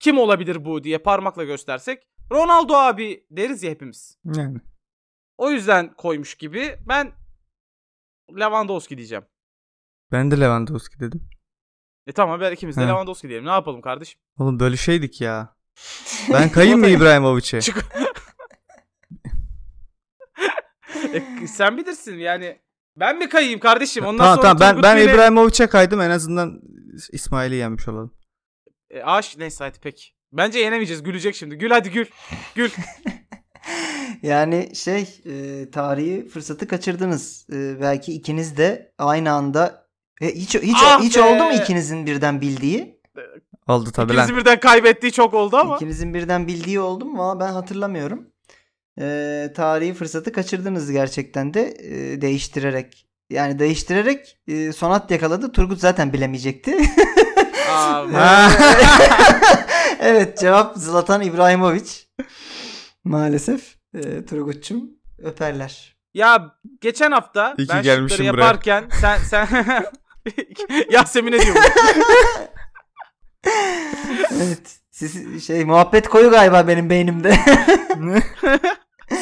Speaker 1: Kim olabilir bu diye parmakla göstersek Ronaldo abi deriz ya hepimiz.
Speaker 3: Yani.
Speaker 1: O yüzden koymuş gibi ben Lewandowski diyeceğim.
Speaker 3: Ben de Lewandowski dedim.
Speaker 1: E tamam ben ikimiz de
Speaker 3: He.
Speaker 1: Lewandowski diyelim. Ne yapalım kardeşim?
Speaker 3: Oğlum böyle şeydik ya. Ben kayayım mı İbrahimovic'e?
Speaker 1: Çık- E, sen bilirsin yani. Ben mi kayayım kardeşim? Ondan
Speaker 3: tamam
Speaker 1: sonra
Speaker 3: tamam ben,
Speaker 1: Turgut
Speaker 3: ben
Speaker 1: Bey'le-
Speaker 3: İbrahimovic'e kaydım en azından İsmail'i yenmiş olalım.
Speaker 1: E, aş neyse hadi pek. Bence yenemeyeceğiz. Gülecek şimdi. Gül hadi gül. Gül.
Speaker 2: Yani şey e, tarihi fırsatı kaçırdınız. E, belki ikiniz de aynı anda E, hiç hiç
Speaker 1: Ah
Speaker 2: hiç
Speaker 1: be!
Speaker 2: oldu mu ikinizin birden bildiği?
Speaker 3: Oldu tabii
Speaker 1: İkimizi
Speaker 3: lan.
Speaker 1: birden kaybettiği çok oldu ama.
Speaker 2: İkinizin birden bildiği oldu mu? Valla ben hatırlamıyorum. E, tarihi fırsatı kaçırdınız gerçekten de e, değiştirerek. Yani değiştirerek e, Sonat yakaladı. Turgut zaten bilemeyecekti. <laughs>
Speaker 1: Aa,
Speaker 3: Ha.
Speaker 2: evet cevap Zlatan İbrahimovic. Maalesef e, Turgut'cum öperler.
Speaker 1: ya geçen hafta
Speaker 3: İyi ki
Speaker 1: ben şutları
Speaker 3: gelmişim buraya.
Speaker 1: yaparken sen <laughs> sen Yasemin'e diyorum.
Speaker 2: evet. Siz, şey muhabbet koyu galiba benim beynimde.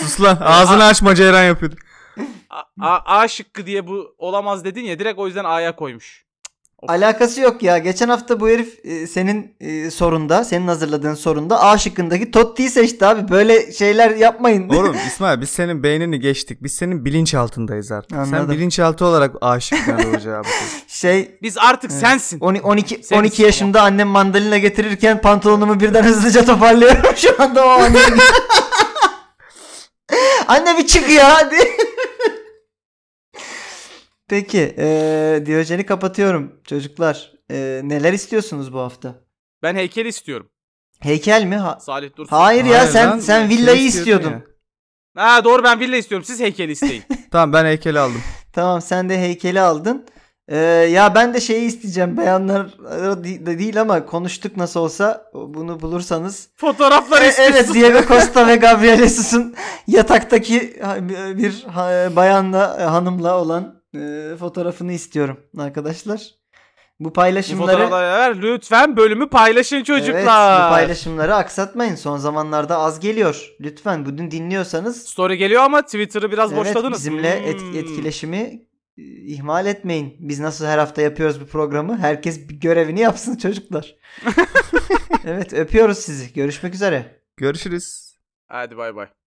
Speaker 3: Sus lan ağzını açma Ceyran yapıyordu.
Speaker 1: A, A, A şıkkı diye bu olamaz dedin ya direkt o yüzden A'ya koymuş.
Speaker 2: Alakası yok ya. Geçen hafta bu herif e, senin e, sorunda, senin hazırladığın sorunda A şıkkındaki Totti'yi seçti abi. Böyle şeyler yapmayın.
Speaker 3: Oğlum İsmail biz senin beynini geçtik. Biz senin bilinç altındayız artık. Sen
Speaker 2: Anladım.
Speaker 3: bilinçaltı olarak aşıklar olacağı bu kız.
Speaker 2: <laughs> Şey
Speaker 1: Biz artık
Speaker 2: Evet.
Speaker 1: sensin.
Speaker 2: on- 12
Speaker 1: Senin
Speaker 2: 12
Speaker 1: sorun
Speaker 2: yaşımda annem mandalina getirirken pantolonumu birden hızlıca toparlıyorum. <laughs> Şu anda o anne. <laughs> anne bir çık ya hadi. <laughs> Peki, e, Diyojen'i kapatıyorum çocuklar. E, neler istiyorsunuz bu hafta?
Speaker 1: Ben heykeli istiyorum.
Speaker 2: Heykel mi? Ha-
Speaker 1: Salih Dursun.
Speaker 2: Hayır, ya
Speaker 3: Hayır
Speaker 2: sen
Speaker 3: lan,
Speaker 2: sen
Speaker 3: şey
Speaker 2: villayı
Speaker 3: istiyordun
Speaker 2: istiyordun.
Speaker 1: Ha doğru ben villa istiyorum. Siz heykeli
Speaker 2: <laughs>
Speaker 1: isteyin.
Speaker 2: E,
Speaker 3: Tamam ben heykeli aldım.
Speaker 2: Tamam sen de heykeli aldın. Ee, ya ben de şeyi isteyeceğim. Beyanlar de değil ama konuştuk nasıl olsa bunu bulursanız.
Speaker 1: Fotoğrafları
Speaker 2: E,
Speaker 1: istiyorsun. <laughs>
Speaker 2: evet Diego Costa ve Gabriel Jesus'un yataktaki ha- bir ha- bayanla e, hanımla olan e, fotoğrafını istiyorum arkadaşlar. Bu
Speaker 1: Bu
Speaker 2: paylaşımları
Speaker 1: E, fotoğrafları ver. Lütfen bölümü paylaşın
Speaker 2: Evet, bu
Speaker 1: çocuklar.
Speaker 2: paylaşımları aksatmayın. Son zamanlarda az geliyor. Lütfen bunu dinliyorsanız
Speaker 1: Story geliyor ama Twitter'ı biraz
Speaker 2: Evet,
Speaker 1: boşladınız.
Speaker 2: bizimle et-
Speaker 1: Hmm.
Speaker 2: etkileşimi e, ihmal etmeyin. Biz nasıl her hafta yapıyoruz bu programı. Herkes bir görevini
Speaker 1: <laughs>
Speaker 2: yapsın çocuklar. evet öpüyoruz sizi. Görüşmek üzere.
Speaker 3: Görüşürüz.
Speaker 1: Hadi bay bay.